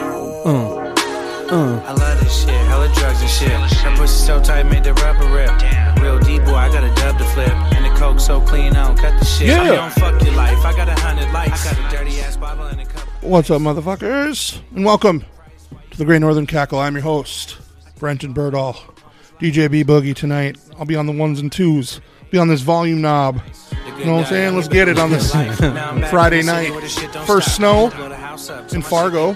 Uh, uh. I love this shit, hella drugs and shit. That pussy so tight, made the rubber rip. Real D boy, I got a dub to flip. And the coke so clean, I don't cut the shit. Yeah. I don't fuck your life. I got a hundred lights. I got a dirty ass Bible and a couple. What's up, motherfuckers? And welcome to the Great Northern Cackle. I'm your host, Brenton Birdall. DJ B Boogie tonight. I'll be on the ones and twos. Be on this volume knob. You know what I'm saying? Let's get it on this Friday night. First snow in Fargo.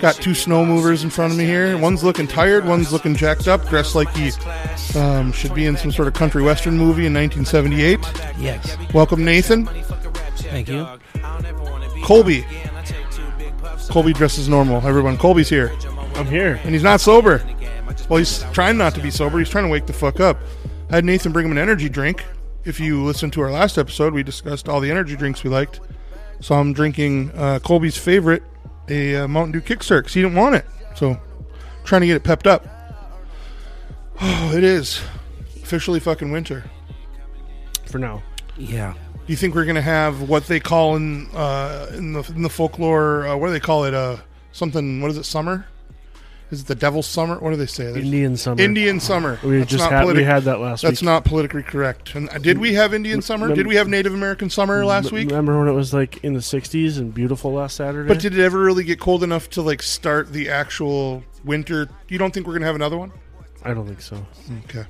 Got two snow movers in front of me here. One's looking tired, one's looking jacked up, dressed like he um, should be in some sort of country western movie in 1978. Yes. Welcome, Nathan. Thank you. Colby. Colby dresses normal. Everyone, Colby's here. I'm here. And he's not sober. Well, he's trying not to be sober. He's trying to wake the fuck up. I had Nathan bring him an energy drink. If you listened to our last episode, we discussed all the energy drinks we liked. So I'm drinking uh, Colby's favorite, a uh, Mountain Dew Kickstart, 'cause he didn't want it. So trying to get it pepped up. Oh, it is officially fucking winter. For now. Yeah. Do you think we're gonna have what they call in uh, in the in the folklore? Uh, what do they call it? Uh, something. What is it? Summer? Is it the devil's summer? What do they say? There's- Indian summer. Indian summer. We That's just not had we politic- had that last That's week. not politically correct. And uh, did we have Indian summer? Mem- Did we have Native American summer last week? Remember when it was like in the 60s and beautiful last Saturday? But did it ever really get cold enough to like start the actual winter? You don't think we're gonna have another one? I don't think so. Okay.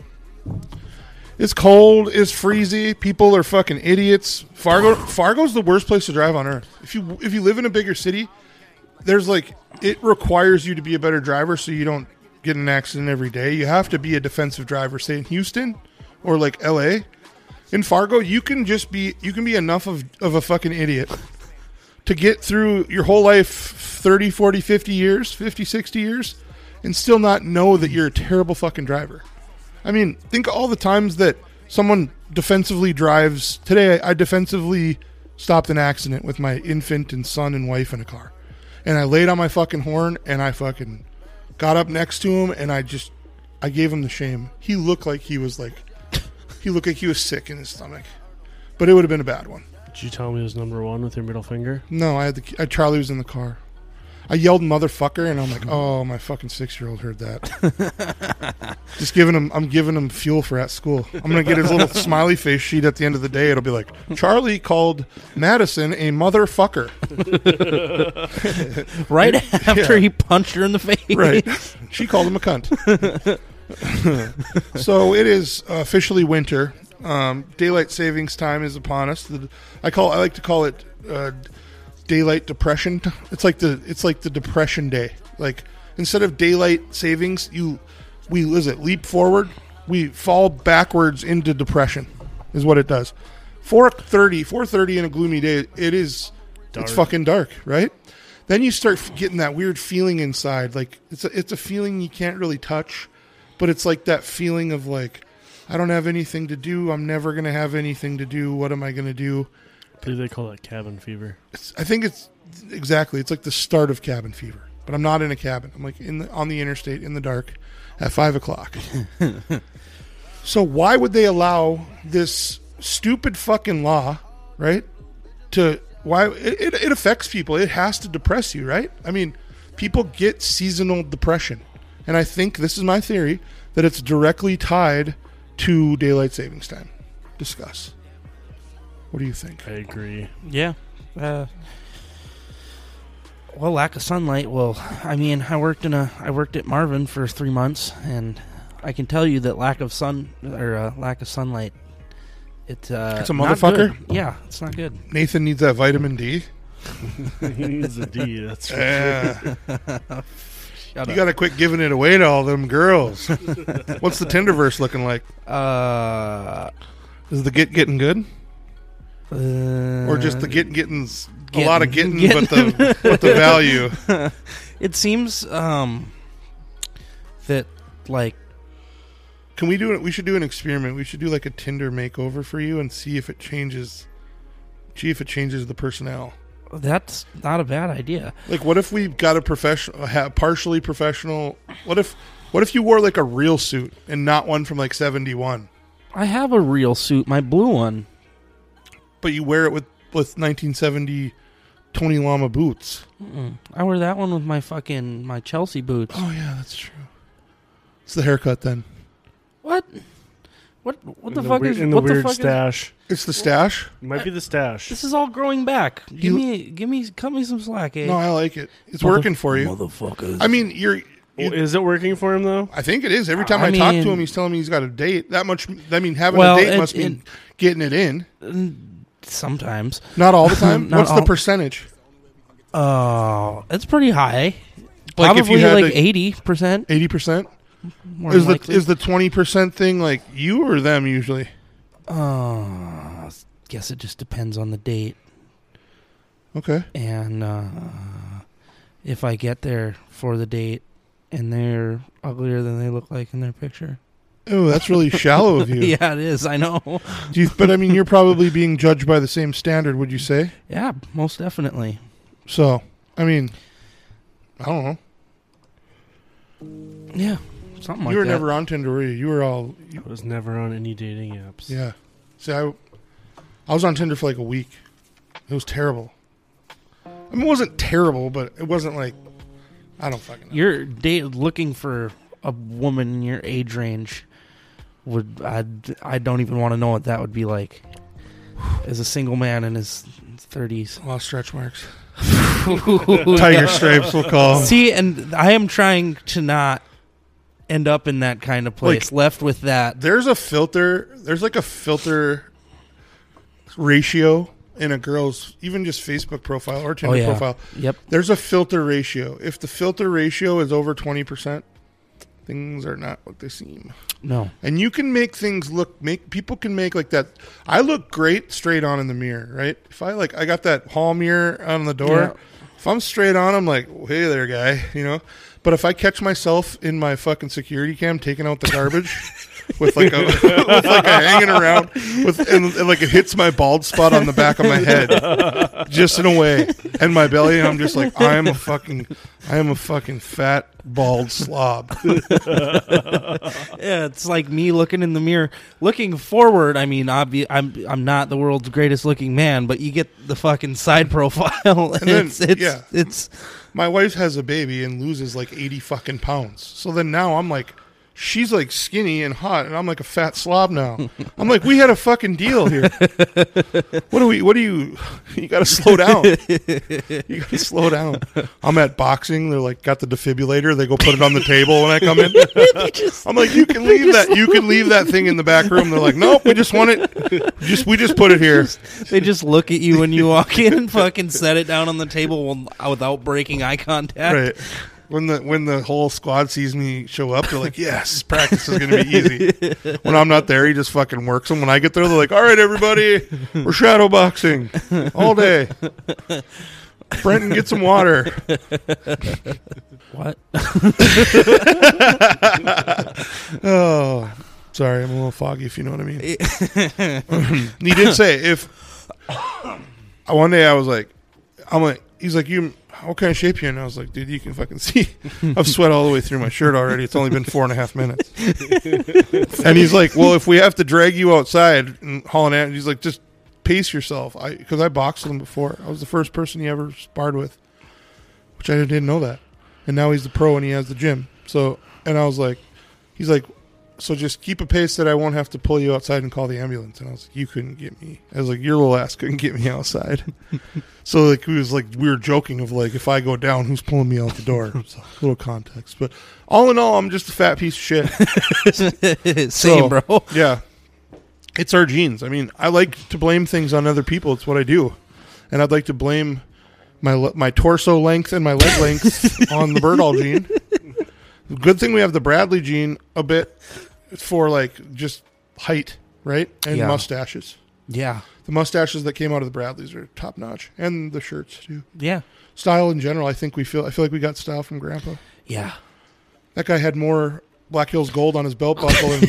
It's cold. It's freezy. People are fucking idiots. Fargo. Fargo's the worst place to drive on earth. If you if you live in a bigger city, there's like it requires you to be a better driver so you don't get in an accident every day. You have to be a defensive driver. Say in Houston or like L.A. In Fargo, you can just be you can be enough of of a fucking idiot to get through your whole life 30 40 50 years 50 60 years and still not know that you're a terrible fucking driver I mean, think all the times that someone defensively drives. Today, I defensively stopped an accident with my infant and son and wife in a car. And I laid on my fucking horn and I fucking got up next to him and I just, I gave him the shame. He looked like he was like, he looked like he was sick in his stomach. But it would have been a bad one. Did you tell me it was number one with your middle finger? No, I had the, I, Charlie was in the car. I yelled motherfucker and I'm like, oh, my fucking six year old heard that. Just giving him, I'm giving him fuel for at school. I'm gonna get his little smiley face sheet at the end of the day. It'll be like Charlie called Madison a motherfucker. Right after he punched her in the face. Right? she called him a cunt. so it is officially winter. Um, daylight savings time is upon us. The, I call, I like to call it uh, daylight depression. It's like the, it's like the depression day. Like instead of daylight savings, you, we what is it leap forward? We fall backwards into depression, is what it does. 4.30 4.30 in a gloomy day it is it's fucking dark right then you start f- getting that weird feeling inside like it's a, it's a feeling you can't really touch but it's like that feeling of like i don't have anything to do i'm never going to have anything to do what am i going to do I believe they call that cabin fever. it's, i think it's exactly it's like the start of cabin fever but i'm not in a cabin i'm like in the, on the interstate in the dark at five o'clock so why would they allow this stupid fucking law right to why it, it, it affects people it has to depress you right i mean people get seasonal depression and i think this is my theory that it's directly tied to daylight savings time discuss what do you think I agree. Yeah. Uh, well, lack of sunlight. Well, I mean, I worked in a I worked at Marvin for three months, and I can tell you that lack of sun or uh, lack of sunlight. It, uh, It's a not motherfucker. good. Yeah, it's not good. nathan needs that vitamin d he needs a D. That's for Yeah. Shut you up. got to quit giving it away to all them girls. What's the Tinderverse looking like? uh, Is the get getting good, or just the uh, get getting's a lot of getting, getting- but the but the value? It seems um that like Can we do it? We should do an experiment. We should do like a Tinder makeover for you and see if it changes. See if it changes the personnel. that's not a bad idea. Like, what if we got a professional, ha- partially professional? What if, what if you wore like a real suit and not one from like seventy one, I have a real suit, my blue one. but you wear it with with nineteen seventy Tony Lama boots. Mm-mm. I wear that one with my fucking my Chelsea boots. Oh yeah, that's true. It's the haircut then. What? What? What the, In fuck weir- is? in the What the, weird fuck is? stash? It's the stash. It might be the stash. This is all growing back. Give You- me, give me, cut me some slack, eh? No, I like it. It's Mother- working for you. motherfuckers. I mean, you're. Well, is it working for him though? I think it is. Every time I, I talk to mean- him, he's telling me he's got a date. That much. I mean, having Well, a date it- must mean it- getting it in. sometimes. Not all the time. Not What's the all- percentage? Oh, that's pretty high. Like, if you Probably had like to- eighty percent. Eighty percent. More Is than the likely. is the twenty percent thing like you or them usually? Uh, guess it just depends on the date Okay. and uh, if I get there for the date and they're uglier than they look like in their picture. Oh, that's really shallow of you. Yeah, it is. I know. Do you, but I mean, you're probably being judged by the same standard, would you say? Yeah, most definitely. So, I mean, I don't know. Yeah, something like you were that. never on Tinder, were you? You were all, you, I was never on any dating apps. yeah. See, I, I was on Tinder for like a week. It was terrible. I mean, it wasn't terrible, but it wasn't like, I don't fucking know. You're da- looking for a woman in your age range. Would I? I don't even want to know what that would be like. As a single man in his thirties, Lost stretch marks. Tiger stripes, we'll call 'em. See, and I am trying to not end up in that kind of place, left with that. There's a filter, there's like a filter ratio in a girl's, even just Facebook profile or Tinder profile. Oh, Yep. There's a filter ratio. If the filter ratio is over 20%, things are not what they seem. No. And you can make things look make people can make like that I look great straight on in the mirror, right? If I like I got that hall mirror on the door, if I'm straight on, I'm like, "Hey there, guy," you know? But if I catch myself in my fucking security cam taking out the garbage with like a with like a hanging around with and, and like it hits my bald spot on the back of my head just in a way and my belly and i'm just like i am a fucking i am a fucking fat bald slob Yeah, it's like me looking in the mirror, looking forward. I mean, obvi- I'm I'm not the world's greatest looking man, but you get the fucking side profile. And then- it's it's yeah. it's my wife has a baby and loses like 80 fucking pounds so then now i'm like she's like skinny and hot and i'm like a fat slob now i'm like we had a fucking deal here what do we what do you you gotta slow down you gotta slow down i'm at boxing they're like got the defibrillator they go put it on the table when i come in i'm like you can leave that you can leave that thing in the back room they're like nope we just want it just we just put it here they just look at you when you walk in and fucking set it down on the table wi- without breaking eye contact. right. When the when the whole squad sees me show up, they're like, "Yes, practice is going to be easy." when I'm not there, he just fucking works them. When I get there, they're like, "All right, everybody, we're shadow boxing all day." Brenton, get some water. What? Oh, sorry, I'm a little foggy. If you know what I mean. he did say if one day I was like, I'm like, he's like, you, what kind of shape you in? I was like, dude, you can fucking see, I've sweat all the way through my shirt already. It's only been four and a half minutes. and he's like, well, if we have to drag you outside and hauling out, he's like, just pace yourself. I because I boxed with him before. I was the first person he ever sparred with, which I didn't know that. And now he's the pro and he has the gym. So, and I was like, he's like, so just keep a pace that I won't have to pull you outside and call the ambulance. And I was like, you couldn't get me. I was like, your little ass couldn't get me outside. so like we was like we were joking of like if I go down, who's pulling me out the door? So, little context, but all in all, I'm just a fat piece of shit. Same, So- bro. yeah, it's our genes. I mean, I like to blame things on other people. It's what I do, and I'd like to blame my le- my torso length and my leg length on the Birdall gene. Good thing we have the Bradley gene a bit for like just height, right, and Yeah. mustaches. Yeah. The mustaches that came out of the Bradleys are top notch, and the shirts too. Yeah. Style in general, I think we feel. I feel like we got style from Grandpa. Yeah. That guy had more Black Hills Gold on his belt buckle than,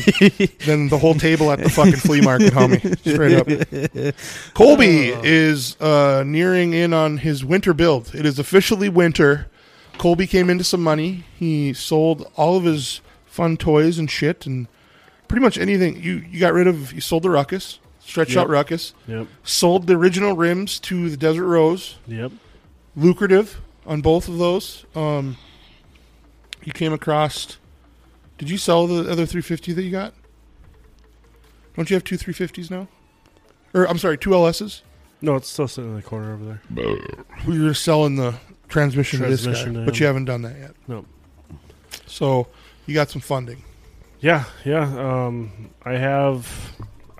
than the whole table at the fucking flea market, homie. Straight up. Colby is uh, nearing in on his winter build. It is officially winter. Colby came into some money. He sold all of his fun toys and shit, and pretty much anything. You you got rid of. You sold the Ruckus, stretch Yep. out Ruckus. Yep. Sold the original rims to the Desert Rose. Yep. lucrative on both of those. Um, you came across. Did you sell the other 350 that you got? Don't you have two 350s now? Or I'm sorry, two LSs. No, it's still sitting in the corner over there. We were selling the transmission, to this Transmission guy, to but him. you haven't done that yet. Nope. So you got some funding. Yeah, yeah. Um, I have.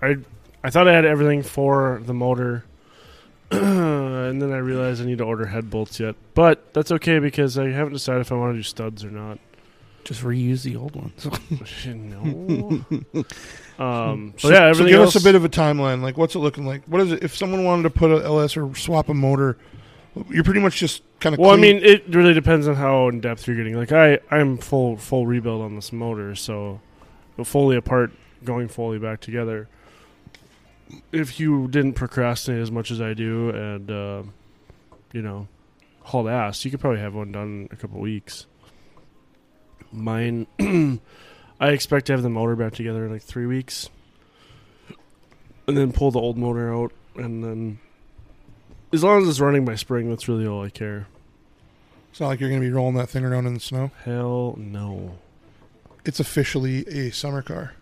I I thought I had everything for the motor, and then I realized I need to order head bolts yet. But that's okay because I haven't decided if I want to do studs or not. Just reuse the old ones. no. um, So, so yeah, so everything give else, us a bit of a timeline. Like, what's it looking like? What is it? If someone wanted to put a LS or swap a motor, you're pretty much just kind of. Well, I mean, it really depends on how in depth you're getting. Like I, I'm full full rebuild on this motor, so fully apart, going fully back together. If you didn't procrastinate as much as I do, and uh, you know, haul ass, you could probably have one done in a couple weeks. Mine, I expect to have the motor back together in like three weeks, and then pull the old motor out, and then as long as it's running by spring, that's really all I care. it's not like you're going to be rolling that thing around in the snow. Hell no. It's officially a summer car.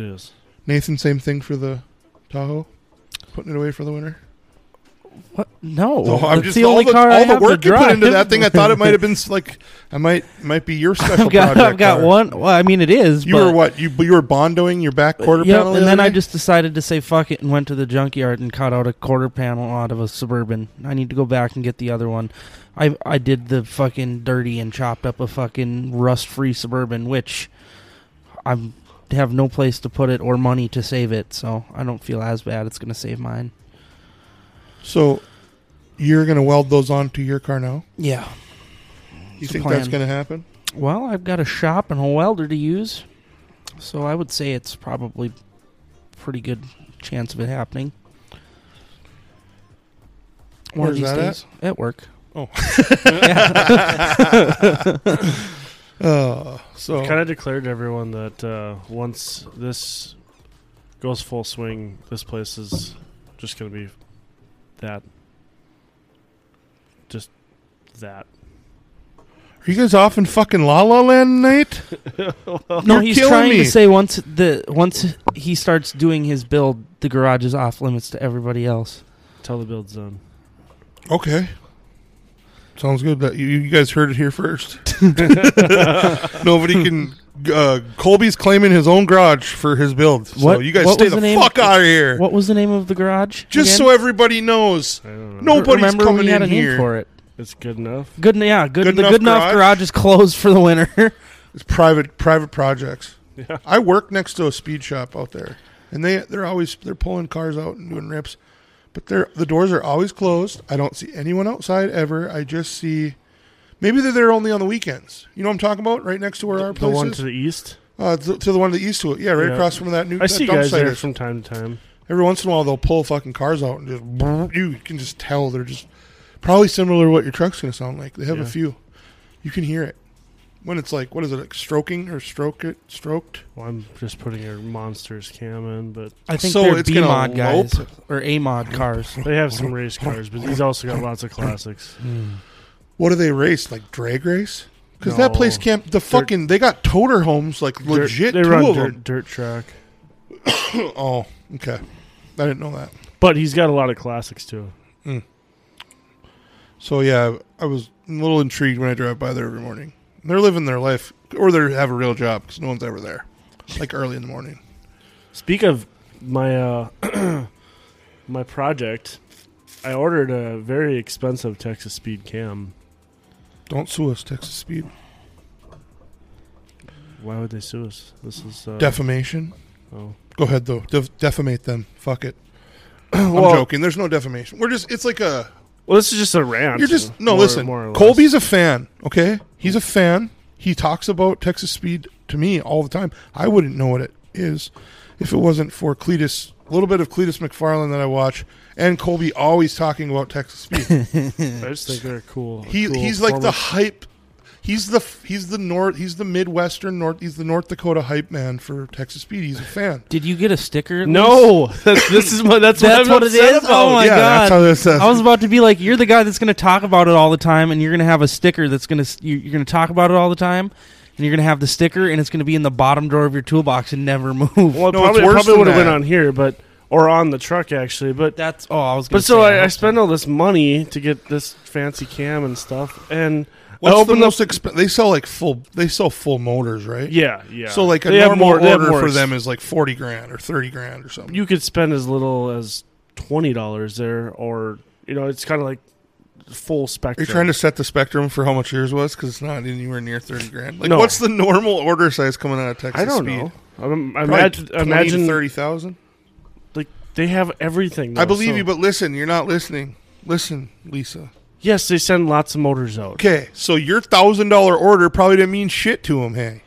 is. Nathan, same thing for the Tahoe, putting it away for the winter. What? No, No, Oh, I'm it's just the all only the, car I all the have work to you put drive. into that thing. I thought it might have been s- like I might might be your special I've got, project. I've got car. one. Well, I mean, it is. You but, were what you you were bondoing your back quarter Yep, panel, the and then other I day? just decided to say fuck it and went to the junkyard and cut out a quarter panel out of a suburban. I need to go back and get the other one. I I did the fucking dirty and chopped up a fucking rust free suburban, which I'm have no place to put it or money to save it, so I don't feel as bad. It's gonna save mine. so you're going to weld those onto your car now. Yeah. You It's a think plan. that's going to happen? Well, I've got a shop and a welder to use, so I would say it's probably pretty good chance of it happening. One of Where's these that Oh. at? days at? work. Uh, so Kind of declared to everyone that uh, once this goes full swing, this place is just going to be that. Just that. Are you guys off in fucking La La Land tonight? no, You're he's killing trying me. to say once the once he starts doing his build, the garage is off limits to everybody else. Tell the build zone. Okay. Sounds good. That you, you guys heard it here first. Nobody can. Uh, Colby's claiming his own garage for his build. So What- you guys what stay was the, the name? fuck out of here. What was the name of the garage? Just so everybody knows, I don't know. No. nobody's Remember coming we had in a name here. for it. It's good enough. Good, yeah, good. Good the enough good enough garage? garage is closed for the winter. it's private private projects. Yeah. I work next to a speed shop out there, and they they're always they're pulling cars out and doing rips, but they're the doors are always closed. I don't see anyone outside ever. I just see maybe they're there only on the weekends. You know what I'm talking about? Right next to where our The place one is. to the east. Uh, to, to the one to the east to it. Yeah, right Yeah. across from that new. I that see dump guys site there is. from time to time. Every once in a while, they'll pull fucking cars out and just you can just tell they're just probably similar to what your truck's gonna sound like. They have a Yeah. few. You can hear it when it's like what is it like stroking or stroke it stroked? Well, I'm just putting your monsters cam in, but I think So they're it's B gonna mod guys lope? or A mod cars. they have some race cars, but he's also got lots of classics. What do they race like drag race? Because that No. place can't. The fucking they got toter homes like legit Dirt, two they run of dirt, them. dirt track. Oh, okay. I didn't know that. But he's got a lot of classics too. So yeah, I was a little intrigued when I drive by there every morning. They're living their life, or they have a real job because no one's ever there, like early in the morning. Speak of my uh, my project, I ordered a very expensive Texas Speed cam. Don't sue us, Texas Speed. Why would they sue us? This is uh, Defamation. oh. Go ahead though. Def- defamate them. Fuck it. I'm Well- joking. There's no defamation. We're just. It's like a. Well, this is just a rant. You're just no. more- listen, more or less. Colby's a fan. Okay, he's a fan. He talks about Texas Speed to me all the time. I wouldn't know what it is if it wasn't for Cletus. A little bit of Cletus McFarland that I watch, and Colby always talking about Texas Speed. I just think they're cool. he cool he's like the form of- hype. He's the he's the north he's the Midwestern North he's the North Dakota hype man for Texas Speed. He's a fan. Did you get a sticker? at least? No, that's, this is what that's, That's what what, I'm it upset is? About. Oh my yeah, God. that's how this says. I was about to be like, you're the guy that's going to talk about it all the time, and you're going to have a sticker that's going to you're going to talk about it all the time, and you're going to have the sticker, and it's going to be in the bottom drawer of your toolbox and never move. Well, it No, it's probably, worse probably than would have went that. on here, but or on the truck actually. But That's oh, I was. Gonna but so say, I, I hope spend all this money to get this fancy cam and stuff, and What's I open the the- most exp- they sell like full they sell full motors, right? yeah, yeah. So like a They have normal more- they have order more for s- them is like forty grand or thirty grand or something. you could spend as little as twenty dollars there, or you know, it's kind of like full Are spectrum. you trying to set the spectrum for how much yours was? Because it's not anywhere near thirty grand. Like, No. what's the normal order size coming out of Texas? I don't Speed? know. I'm, I Probably 20 imagine, to imagine thirty thousand. like they have everything. I though, believe so- you, but listen, you're not listening. Listen, Lisa. yes, they send lots of motors out. Okay, so your thousand dollar order probably didn't mean shit to him, hey.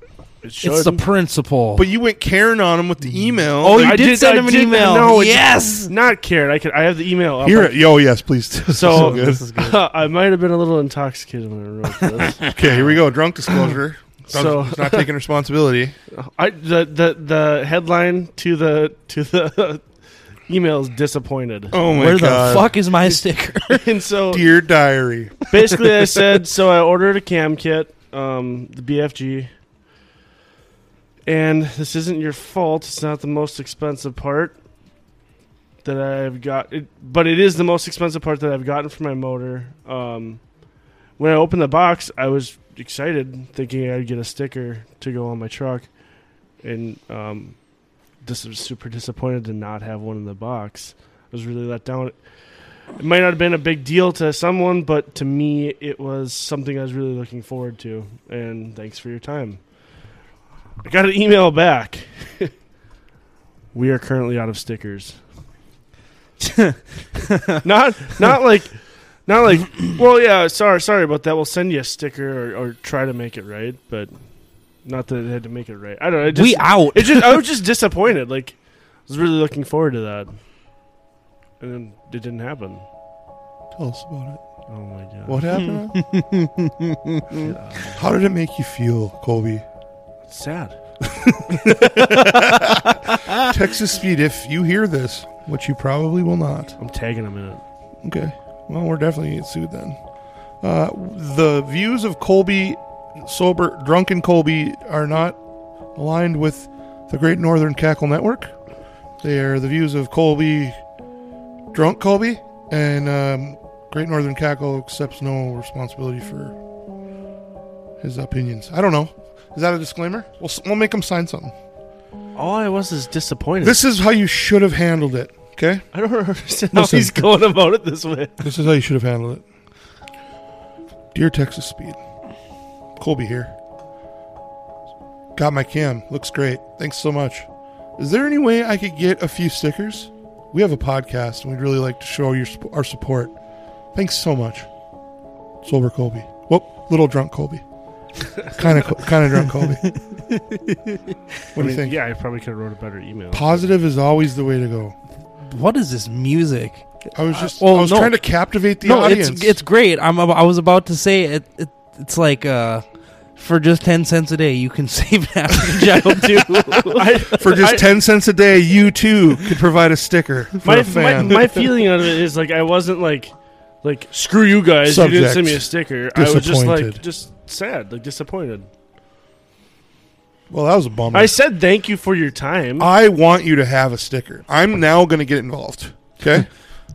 It it's the shouldn't. principle. But you went Karen on him with Mm. the email. oh, you I did, did- send I him an did- email. no, I did- yes. not cared. I could. I have the email. Up. Here, yo, yes, please. so, So- good. This I might have been a little intoxicated when I wrote this. Okay, here we go. Drunk disclosure. So- He's not taking responsibility. I the, the the headline to the to the email is disappointed. Oh my Where god. the fuck is my sticker? and so Dear diary. basically, I said so. I ordered a cam kit, um, the BFG, and this isn't your fault. It's not the most expensive part that I've got, it, but it is the most expensive part that I've gotten for my motor. Um, when I opened the box, I was excited, thinking I'd get a sticker to go on my truck, and um, this was super disappointed to not have one in the box. I was really let down. It might not have been a big deal to someone, but to me, it was something I was really looking forward to. And thanks for your time. I got an email back. we are currently out of stickers. not, not like, not like. Well, yeah. Sorry, sorry about that. We'll send you a sticker or, or try to make it right, but not that it had to make it right. I don't know. It just, we out. it just I was just disappointed. Like I was really looking forward to that, and then it didn't happen. Tell us about it. Oh my god! What happened? How did it make you feel, Colby? Sad. Texas Speed, if you hear this, which you probably will not. I'm tagging him in it. Okay. Well, we're definitely getting sued then. Uh, the views of Colby, sober, drunken Colby, are not aligned with the Great Northern Cackle Network. They are the views of Colby, drunk Colby, and um, Great Northern Cackle accepts no responsibility for his opinions. I don't know. Is that a disclaimer? We'll, s- we'll make him sign something. All I was is disappointed. This is how you should have handled it. Okay? I don't understand Listen. how he's going about it this way. This is how you should have handled it. Dear Texas Speed, Colby here. Got my cam. Looks great. Thanks so much. Is there any way I could get a few stickers? We have a podcast and we'd really like to show your sup- our support. Thanks so much. Sober Colby. Whoop, little drunk Colby. Kind of kind of drunk Colby. What do you think? Yeah, I probably could have wrote a better email. Positive is always the way to go. what is this music? I was just Uh, well, I was no. trying to captivate the no, audience. it's it's great. I'm ab- I was about to say it. it it's like uh, for just ten cents a day, you can save half the child too. For just I- 10 cents a day, you too could provide a sticker for my, a my fan. my feeling of it is like I wasn't like like screw you guys. You didn't Subject. send me a sticker. I was just like Disappointed. just sad, like disappointed. well, that was a bummer. I I, said thank you for your time. want you to have a sticker. I'm now going to get involved. Okay?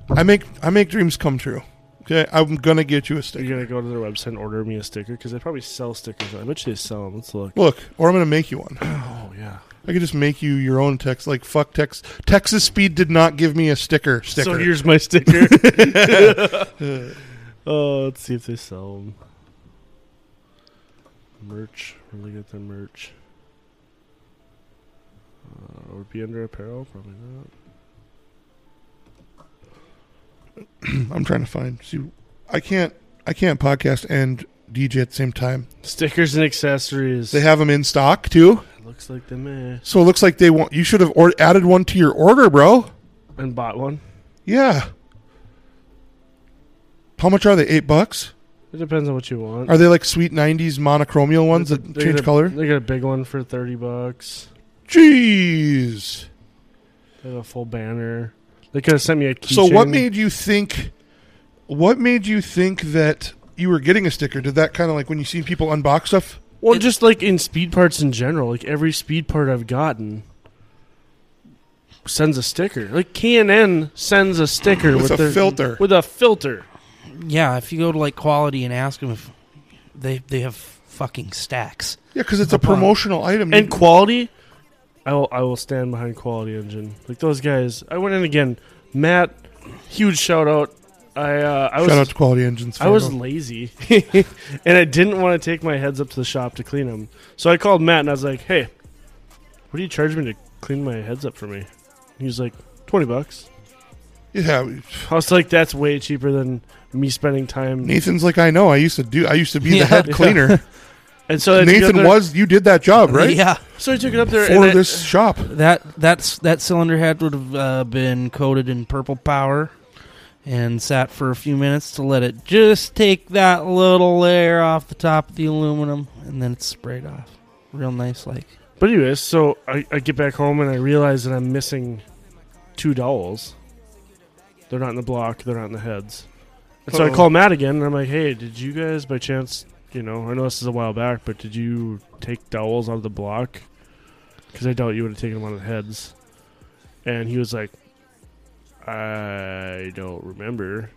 I make I make dreams come true. Okay? I'm going to get you a You're sticker. gonna go to their website and order me a sticker because they probably sell stickers. I bet you they sell them. Let's look. Look, or I'm going to make you one. Oh yeah. I could just make you your own text. Like, fuck text. Texas Speed did not give me a sticker. Sticker. So here's my sticker. Oh, let's see if they sell 'em. Merch. Where do they get their merch? Uh, would it be under apparel? Probably not. I'm trying to find. See, I can't I can't podcast and DJ at the same time. Stickers and accessories. They have them in stock too. Looks like they may. So it looks like they want you should have or- added one to your order, bro. And bought one. Yeah. How much are they? Eight bucks? They're It depends on what you want. Are they like sweet '90s monochromial ones that They change get a- color? They get a big one for thirty bucks. Jeez. They have a full banner. They could have sent me a keychain. So what made you think? What made you think that you were getting a sticker? Did that kind of like when you see people unbox stuff? Well, It- just like in speed parts in general, like every speed part I've gotten sends a sticker. Like K&N sends a sticker With with, a their- filter. Mm-hmm. With a filter. Yeah, if you go to like quality and ask them if they they have fucking stacks. Yeah, because it's a Upon- promotional item. And quality, I will I will stand behind Quality Engine. Like those guys. I went in again. Matt, huge shout out. I uh, I shout was out to Quality Engines. I was Fargo. lazy, and I didn't want to take my heads up to the shop to clean them. So I called Matt and I was like, "Hey, what do you charge me to clean my heads up for me?" He was like, 20 bucks." yeah. we- I was like, "That's way cheaper than me spending time." Nathan's like I know. I used to do. I used to be Yeah. the head cleaner. And so I took it up Nathan there- was. You did that job, right? Yeah, So I took it up there For and I- this shop, that that's that cylinder head would have uh, been coated in purple power and sat for a few minutes to let it just take that little layer off the top of the aluminum, and then it's sprayed off, real nice like. But anyways, so I, I get back home and I realize that I'm missing two dowels. They're not in the block. They're not in the heads. And so I Uh-oh. call Matt again and I'm like, "Hey, did you guys by chance? You know, I know this is a while back, but did you take dowels out of the block? Because I doubt you would have taken them out of the heads." And he was like, "I don't remember."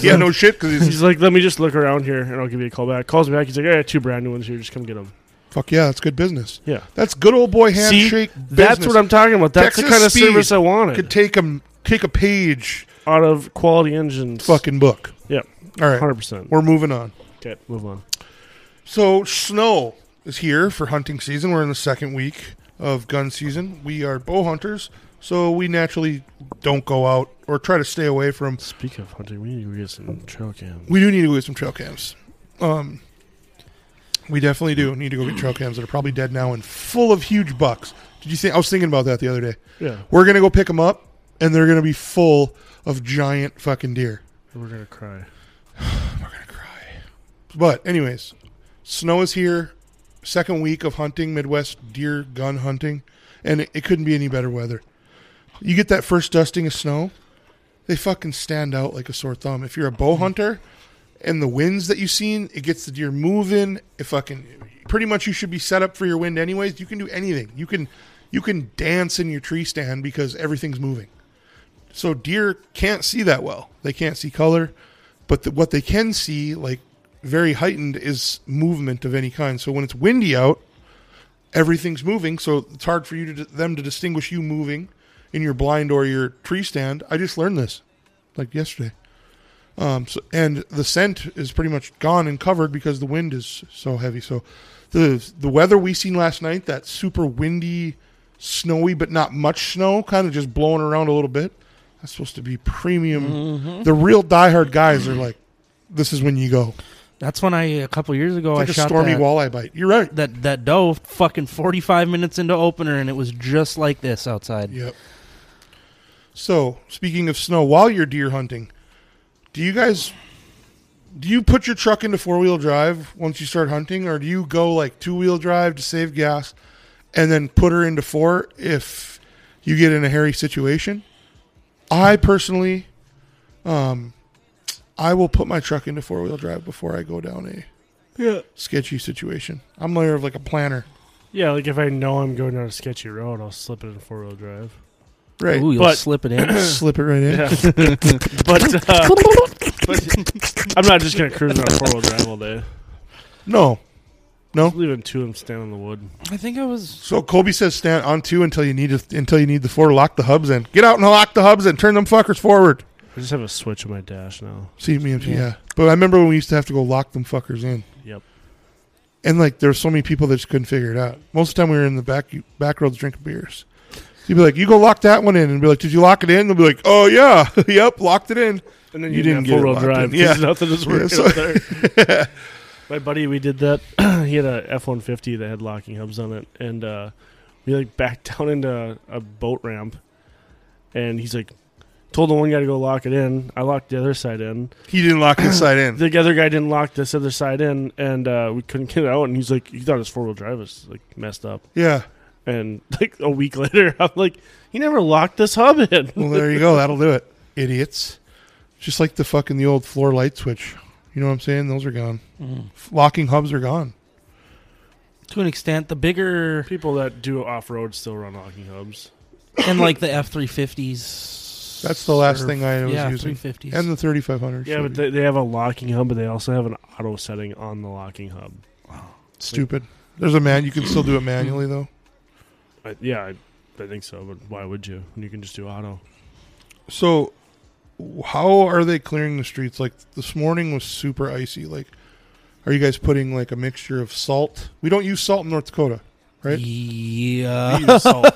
yeah, no shit, because he's He's like, "Let me just look around here and I'll give you a call back." Calls me back. He's like, "I got two brand new ones here. Just come get them." fuck yeah, that's good business. Yeah. that's good old boy See, handshake. That's what I'm talking about. That's the Texas kind of Speed service I wanted. could take him take a page out of quality engines. fucking book. Yep. All right, hundred percent. we're moving on. Okay, move on. So snow is here for hunting season. We're in the second week of gun season. We are bow hunters, so we naturally don't go out or try to stay away from. Speak of hunting, we need to get some trail cam. We do need to go get some trail cams. Um, we definitely do need to go get trail cams that are probably dead now and full of huge bucks. Did you think? I was thinking about that the other day. Yeah, We're gonna go pick them up, and they're gonna be full of giant fucking deer. we're gonna cry. We're gonna cry. But anyways, snow is here. Second week of hunting Midwest deer gun hunting, and it, it couldn't be any better weather. You get that first dusting of snow, they fucking stand out like a sore thumb. If you're a bow hunter, and the winds that you've seen, it gets the deer moving. It fucking pretty much you should be set up for your wind anyways. You can do anything. You can you can dance in your tree stand because everything's moving. So deer can't see that well. They can't see color, but the, what they can see, like very heightened, is movement of any kind. So when it's windy out, everything's moving. So it's hard for you to them to distinguish you moving in your blind or your tree stand. I just learned this, like yesterday. Um, so, and the scent is pretty much gone and covered because the wind is so heavy. So the the weather we seen last night, that super windy, snowy but not much snow, kind of just blowing around a little bit. That's supposed to be premium. The real diehard guys are like, this is when you go. That's when I a couple years ago It's Oh, I like a shot stormy that, walleye bite. You're right. that that doe fucking forty five minutes into opener, and it was just like this outside. Yep. So, speaking of snow, while you're deer hunting, do you guys do you put your truck into four wheel drive once you start hunting, or do you go like two wheel drive to save gas, and then put her into four if you get in a hairy situation? I personally, um, I will put my truck into four wheel drive before I go down a Yeah, sketchy situation. I'm more of like a planner, yeah. Like if I know I'm going down a sketchy road, I'll slip it in four wheel drive. right? Ooh, you'll But- slip it in. Slip it right in. Yeah, but, uh, but I'm not just gonna cruise on a four wheel drive all day. No, Just leave him to him, stand in the wood. I think I was So Colby says stand on two until you need to, until you need the four. Lock the hubs in. Get out and lock the hubs in. Turn them fuckers forward. I just have a switch in my dash now. See me empty. Yeah. Yeah. But I remember when we used to have to go lock them fuckers in. Yep. And like there were so many people that just couldn't figure it out. Most of the time we were in the back back roads drinking beers. So you'd be like, you go lock that one in, and be like, did you lock it in? They'll be like, oh yeah, yep, locked it in. And then You you, didn't didn't four wheel get it drive. locked in. Yeah. 'cause nothing is Yeah, working so- up there. My buddy, we did that. he had a F one fifty that had locking hubs on it, and uh, we like backed down into a boat ramp, and he's like, Told the one guy to go lock it in. I locked the other side in. He didn't lock his side in. The other guy didn't lock this other side in, and uh, we couldn't get it out. And he's like, he thought his four wheel drive was like messed up. Yeah. And like a week later, I'm like, he never locked this hub in. Well, there you go. That'll do it, idiots. Just like the fucking the old floor light switch. You know what I'm saying? Those are gone. Locking hubs are gone. mm, to an extent, the bigger People that do off road still run locking hubs. and like the F three fifties. That's the last thing I was yeah, using. Three fifties. And the 3500. Yeah, but they, they have a locking hub, but they also have an auto setting on the locking hub. stupid. There's a man. You can still do it manually though. I, yeah, I, I think so. But why would you? You can just do auto. So, how are they clearing the streets? Like this morning was super icy. Like, are you guys putting like a mixture of salt? We don't use salt in North Dakota, right? Yeah. use salt.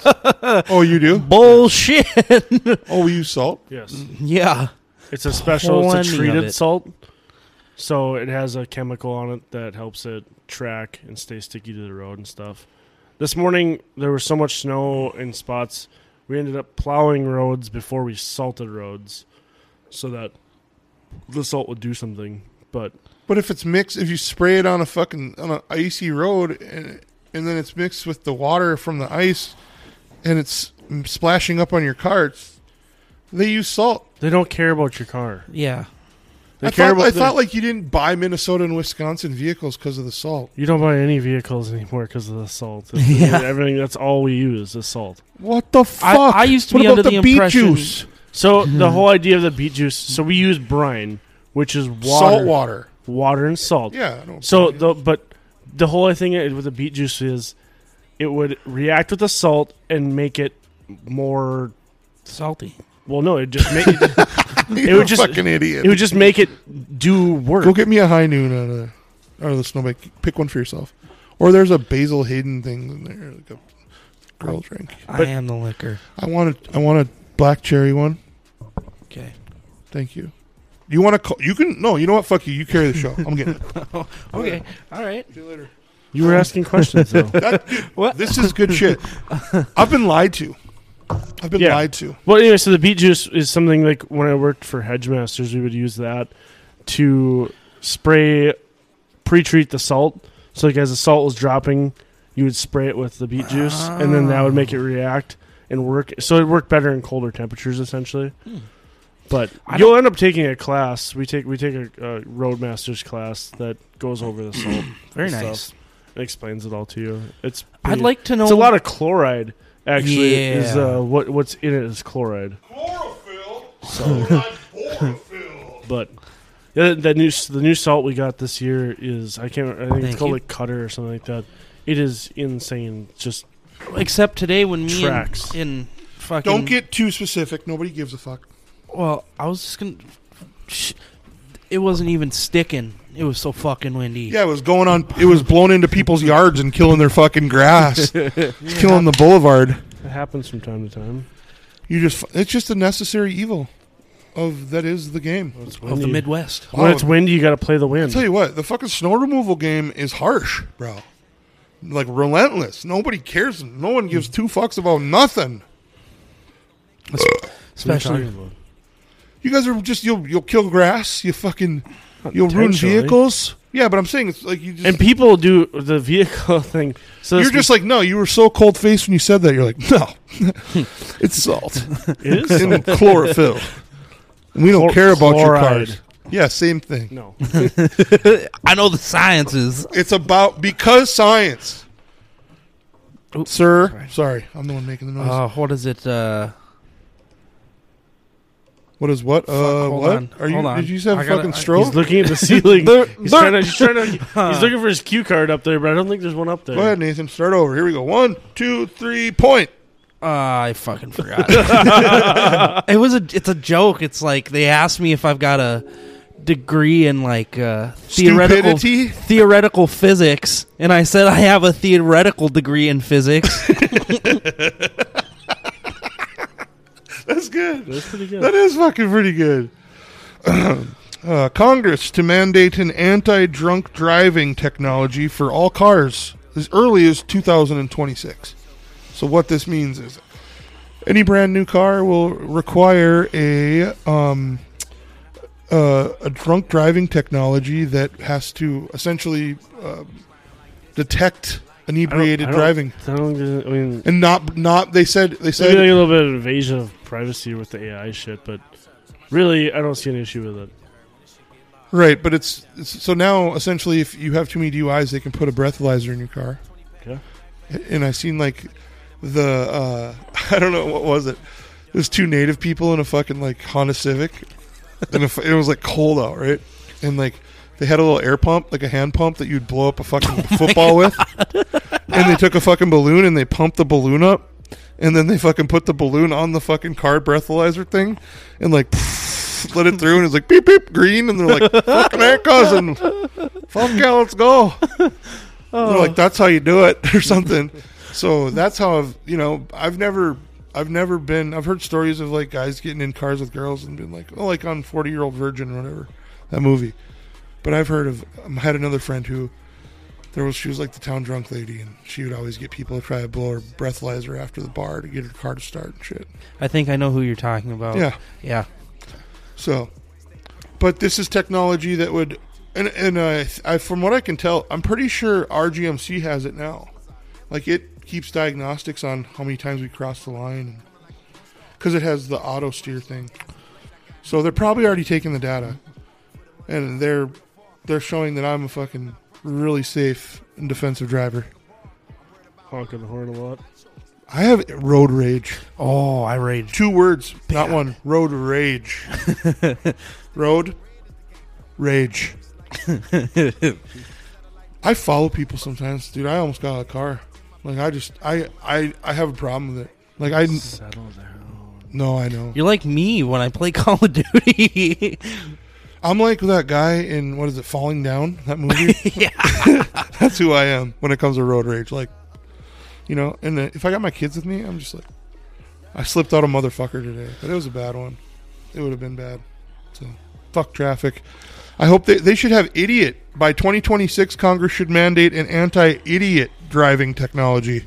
oh, you do? Bullshit. Oh, we use salt. Yes, yeah. it's a special. It's Mm. Plenty a of treated it. salt, so it has a chemical on it that helps it track and stay sticky to the road and stuff. This morning there was so much snow in spots, we ended up plowing roads before we salted roads, so that the salt would do something. But But if it's mixed, if you spray it on a fucking on an icy road, and and then it's mixed with the water from the ice, and it's splashing up on your car, it's, they use salt. they don't care about your car. Yeah. They I, care thought, about I the- thought like you didn't buy Minnesota and Wisconsin vehicles because of the salt. You don't buy any vehicles anymore because of the salt. Yeah. Everything that's all we use is salt. What the fuck? I used to what be about under the beet impression- juice, So the whole idea of the beet juice. So we use brine, which is water, salt water. water and salt. Yeah. I don't So the but the whole thing with the beet juice is it would react with the salt and make it more. Salty. Well, no, it just make it, you're would a just- fucking idiot. it would just make it do work. Go get me a high noon out of the, out of the snowbank. Pick one for yourself. Or there's a Basil Hayden thing in there, like a girl drink. I But- am the liquor. I want a, I want a black cherry one. Okay. Thank you. You want to call? You can no. You know what? Fuck you. You carry the show. I'm getting it. Okay. All right. See you later. You were asking questions though. This is good shit. I've been lied to. I've been Yeah. lied to. Well, anyway, so the beet juice is something like when I worked for Hedgemasters, we would use that to spray, pre-treat the salt. So like as the salt was dropping, you would spray it with the beet juice, and then that would make it react and work. So it worked better in colder temperatures, essentially. But Hmm. I you'll end up taking a class. We take we take a, a roadmasters class that goes over the salt Very Stuff. nice. and explains it all to you. It's I'd pretty- like to know it's a lot of chloride. Actually, is Yeah. uh, what what's in it is chloride. Chlorophyll. But yeah, that new the new salt we got this year is I can't I think it's Thank called you. like Cutter or something like that. It is insane. Just except today when me Tracks. and, and fucking Don't get too specific. Nobody gives a fuck. well, I was just gonna. Sh- it wasn't even sticking. It was so fucking windy. Yeah, it was going on. It was blown into people's yards and killing their fucking grass, It's killing the boulevard. it happens from time to time. You just—it's just a necessary evil of that is the game. When it's Of windy, the Midwest. when it's windy, you got to play the wind. I'll tell you what, the fucking snow removal game is harsh, bro. Like relentless. Nobody cares. No one gives two fucks about nothing. What are you talking Especially about? You guys are just you'll you'll kill grass. You fucking you'll ruin intentionally. vehicles. Yeah, but I'm saying it's like you just And people do the vehicle thing. So you're just like no. You were so cold faced when you said that. You're like no, it's salt it is and chlorophyll. We don't Chlor- care about your chloride. cars. Yeah, same thing. no. I know the sciences. It's about because science. Sir, sorry, I'm the one making the noise. Uh, what is it? Uh, What is what? uh, hold what? on, Are you? hold on. Did you just have a I gotta- fucking I- stroke? He's looking at the ceiling. They're- he's, they're- trying to, he's trying to. He's looking for his cue card up there, but I don't think there's one up there. Go ahead, Nathan. Start over. Here we go. One, two, three. Point. uh, I fucking forgot. it was a. It's a joke. It's like they asked me if I've got a degree in like uh, theoretical Stupidity. theoretical physics, and I said I have a theoretical degree in physics. That's good. That's pretty good. That is fucking pretty good. uh, Congress to mandate an anti-drunk driving technology for all cars as early as 2026. So what this means is Any brand new car will require a um, uh, a drunk driving technology that has to essentially uh, detect inebriated I don't- driving I don't. I mean, and not not. They said they maybe like said a little bit of invasion of privacy with the AI shit, but really, I don't see an issue with it. Right, but it's, it's so now essentially if you have too many DUIs, they can put a breathalyzer in your car. Okay. And I seen like the uh, I don't know what was it. It was two native people in a fucking like Honda Civic, and if, it was like cold out, right? And like they had a little air pump, like a hand pump that you'd blow up a fucking football with. And they took a fucking balloon and they pumped the balloon up, and then they fucking put the balloon on the fucking car breathalyzer thing, and like let it through, and it's like beep beep green, and they're like fucking that cousin, fuck yeah, let's go. They're like that's how you do it or something. So that's how I've you know I've never I've never been I've heard stories of like guys getting in cars with girls and been like oh like on Forty Year Old Virgin or whatever that movie, but I've heard of um, I had another friend who there was she was like the town drunk lady and she would always get people to try to blow her breathalyzer after the bar to get her car to start and shit. I think I know who you're talking about. Yeah. Yeah. So, but this is technology that would, and and uh, I, from what I can tell, I'm pretty sure RGMC has it now. Like it keeps diagnostics on how many times we cross the line, because it has the auto steer thing. So they're probably already taking the data, and they're they're showing that I'm a fucking really safe and defensive driver. Honking the horn a lot. I have road rage. Oh, I rage. Two words, not one. Road rage. Road rage. I follow people sometimes, dude. I almost got out of the car. Like I just, I, I, I have a problem with it. Like I, Settle down. no, I know. You're like me when I play Call of Duty. I'm like that guy in what is it, Falling Down? That movie. Yeah. that's who I am when it comes to road rage. Like, you know, and uh, if I got my kids with me, I'm just like, I slipped out a motherfucker today, but it was a bad one. It would have been bad. So, fuck traffic. I hope they, they should have idiot. By 2026, Congress should mandate an anti idiot driving technology.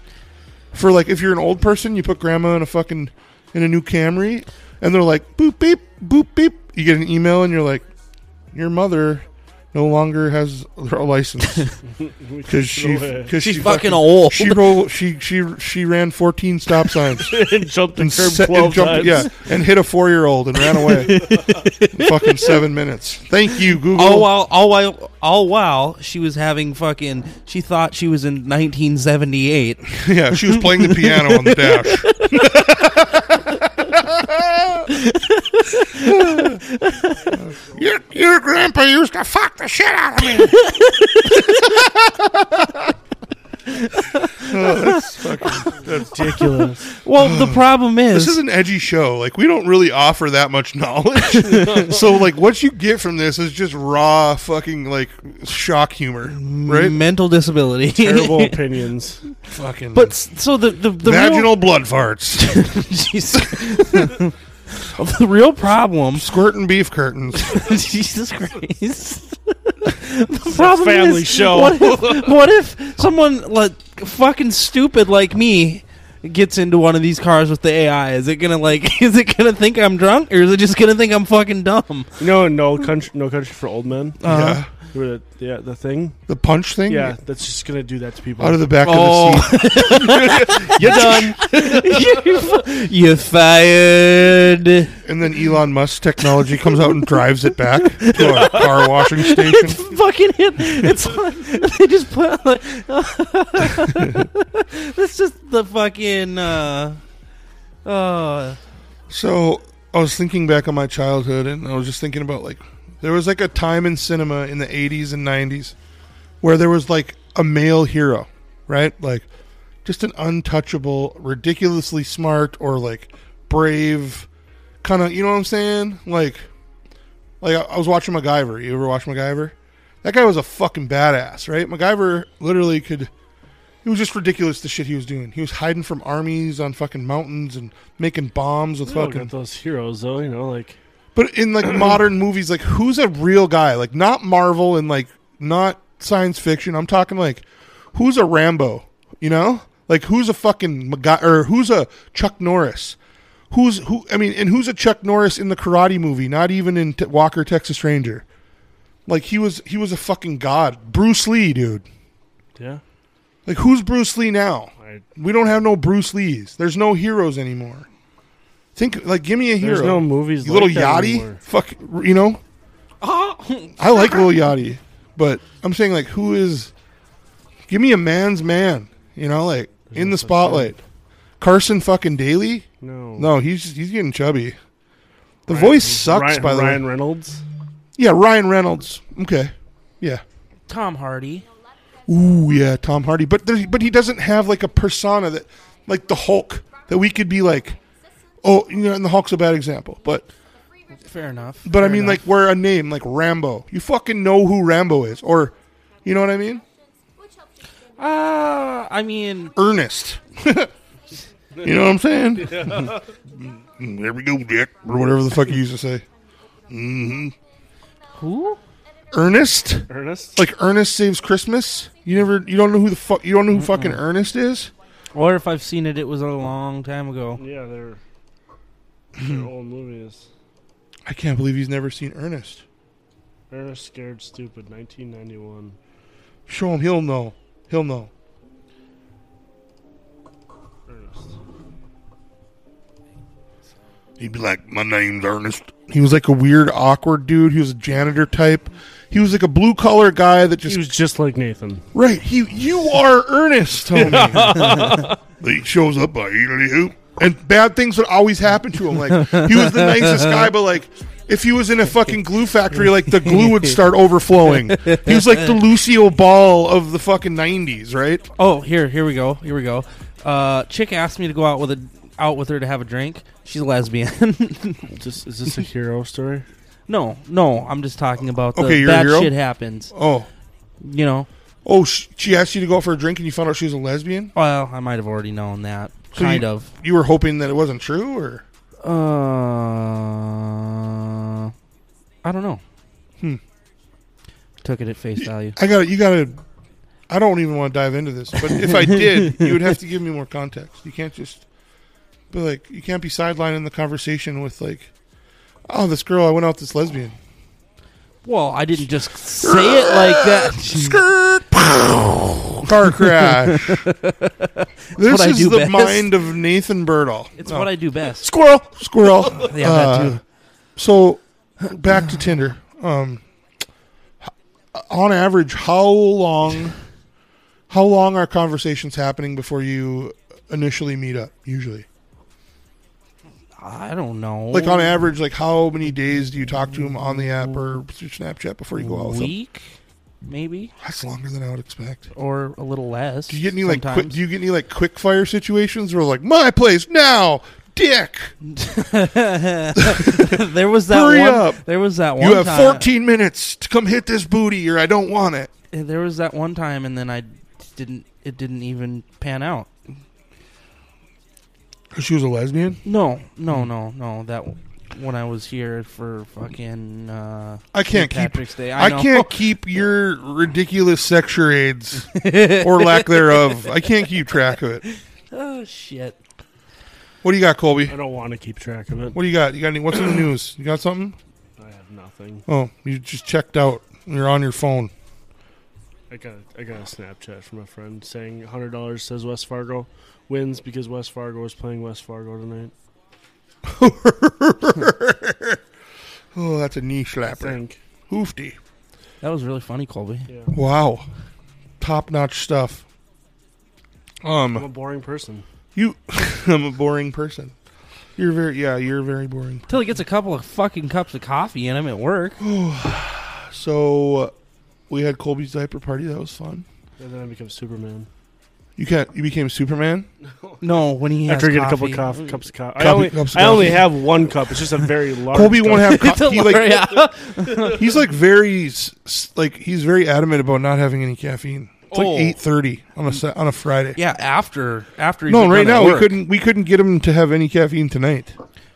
For like, if you're an old person, you put grandma in a fucking, in a new Camry, and they're like, boop, beep, boop, beep. You get an email and you're like, your mother no longer has a license because Oh, she because She's fucking old. She roll she she she ran fourteen stop signs and jumped the and, curb se- and twelve jumped- times. yeah and hit a four year old and ran away in fucking seven minutes. Thank you Google. all while, all while, all while oh, she was having fucking. She thought she was in 1978. yeah, she was playing the piano on the dash. your, your grandpa used to fuck the shit out of me. Oh, that's fucking, that's Ridiculous. Well, the problem is, this is an edgy show. Like we don't really offer that much knowledge. so like what you get from this is just raw fucking like shock humor, right? mental disability. Terrible opinions. Mm, Fucking But s- so the the, the vaginal real blood farts, Jesus. the real problem. squirting beef curtains. Jesus Christ. the problem family is, show. What if, what if someone like fucking stupid like me gets into one of these cars with the AI? Is it gonna like? Is it gonna think I'm drunk, or is it just gonna think I'm fucking dumb? You know, no country, no country for old men. Uh, yeah, Where the, yeah, the thing. the punch thing. Yeah, that's just gonna do that to people. Out of the back of the Oh. seat. You're done. you fu- you fired. And then Elon Musk technology comes out and drives it back to a car washing station. fucking hit. It's like, they just put. Like, that's just the fucking. Uh, uh, So I was thinking back on my childhood and I was just thinking about like there was like a time in cinema in the 80s and 90s where there was like a male hero, right? Like just an untouchable, ridiculously smart or like brave kind of, you know what I'm saying? Like like I, I was watching MacGyver. You ever watch MacGyver? That guy was a fucking badass, right? MacGyver literally could it was just ridiculous the shit he was doing. He was hiding from armies on fucking mountains and making bombs with Oh, We all fucking got those heroes though. You know, like but in like modern movies, like who's a real guy? Like not Marvel and like not science fiction. I'm talking like who's a Rambo? You know, like who's a fucking Maga- or who's a Chuck Norris? Who's who? I mean, and who's a Chuck Norris in the Karate movie? Not even in T- Walker Texas Ranger. Like he was, he was a fucking god. Bruce Lee, dude. Yeah. Like who's Bruce Lee now? I, We don't have no Bruce Lees. There's no heroes anymore. Think like, give me a hero. there's no movies. You little like that Yachty. anymore. Fuck, you know. I like little Yachty, but I'm saying like, who is? Give me a man's man. You know, like in the spotlight. Carson fucking Daly. No. No, he's he's getting chubby. The voice sucks, Ryan, by the Ryan way. Reynolds. Yeah, Ryan Reynolds. Okay, yeah. Tom Hardy. Ooh, yeah, Tom Hardy. But there, but he doesn't have like a persona that, like the Hulk, that we could be like, oh, you know, and the Hulk's a bad example, but Fair enough. but I Fair mean enough. like we're a name like Rambo. You fucking know who Rambo is, or you know what I mean? Uh, I mean, Ernest. you know what I'm saying? Mm, there we go, Dick, or whatever the fuck you used to say. Mm-hmm. who? Ernest. Ernest. like Ernest Saves Christmas. You never, you don't know who the fuck, you don't know who fucking Ernest is. Or if I've seen it, it was a long time ago. yeah, they're, they're old movies. I can't believe he's never seen Ernest. Ernest Scared Stupid, 1991. Show him, he'll know. He'll know. Ernest. He'd be like, "My name's Ernest." He was like a weird, awkward dude. He was a janitor type. He was like a blue collar guy that just He was just like Nathan. right. He, you are Ernest, Tony. he shows up by eating hoop. And bad things would always happen to him. Like he was the nicest guy, but like if he was in a fucking glue factory, like the glue would start overflowing. He was like the Lucio Ball of the fucking nineties, right? Oh, here, here we go, here we go. Uh, chick asked me to go out with a out with her to have a drink. She's a lesbian. Just, is this a hero story? no, no, I'm just talking about the Okay, you're a bad hero? shit happens. Oh, You know, oh, sh- she asked you to go out for a drink, and you found out she was a lesbian. well, I might have already known that. So kind you- of. You were hoping that it wasn't true, or Uh, I don't know. Hmm. Took it at face value. I got to You got to. I don't even want to dive into this, but if I did, you would have to give me more context. You can't just be like, you can't be sidelining the conversation with like, oh, this girl I went out with this lesbian. Well, I didn't just say it like that. Skirt. Car crash. this what I is do the best. mind of Nathan Birdall. It's what I do best. squirrel squirrel. Uh, Yeah, that too. So back to Tinder. Um, h- on average, how long, how long are conversations happening before you initially meet up? Usually, I don't know. like on average, like how many days do you talk to them on the app or through Snapchat before you go out with them? week, maybe, That's longer than I would expect. or a little less. Do you get any like quick, sometimes. do you get any like quick fire situations where like my place now, dick? there was that Hurry one. up. There was that one. You have time, 14 minutes to come hit this booty, or I don't want it. Eh, There was that one time, and then I didn't. It didn't even pan out. She was a lesbian. No, no, no, no. That w- when I was here for fucking. Uh, I can't St. keep Patrick's Day. I, I, know. can't keep your ridiculous sexuades or lack thereof. I can't keep track of it. Oh shit. What do you got, Colby? I don't want to keep track of it. What do you got? You got any? What's in the news? You got something? I have nothing. Oh, you just checked out. You're on your phone. I got a, I got a Snapchat from a friend saying hundred dollars says West Fargo wins because West Fargo is playing West Fargo tonight. Oh, that's a knee I slapper. think. Hoofty. That was really funny, Colby. Yeah. Wow, top notch stuff. I'm a Um, boring person. you. I'm a boring person. You're very yeah. You're very boring. Till he gets a couple of fucking cups of coffee and I'm at work. So uh, we had Colby's diaper party. That was fun. And then I become Superman. You can't. You became Superman. No, when he has After I get a couple coffee. of coffee, cups of coffee. I, Coffee- only, cups of I only coffee. have one cup. It's just a very large. Colby cup. won't have. It's Co- a he like yeah. He's like very s- s- like he's very adamant about not having any caffeine. It's Oh. like eight thirty on a Sa- on a Friday. Yeah, after after. he's no, done right at now we work. couldn't we couldn't get him to have any caffeine tonight.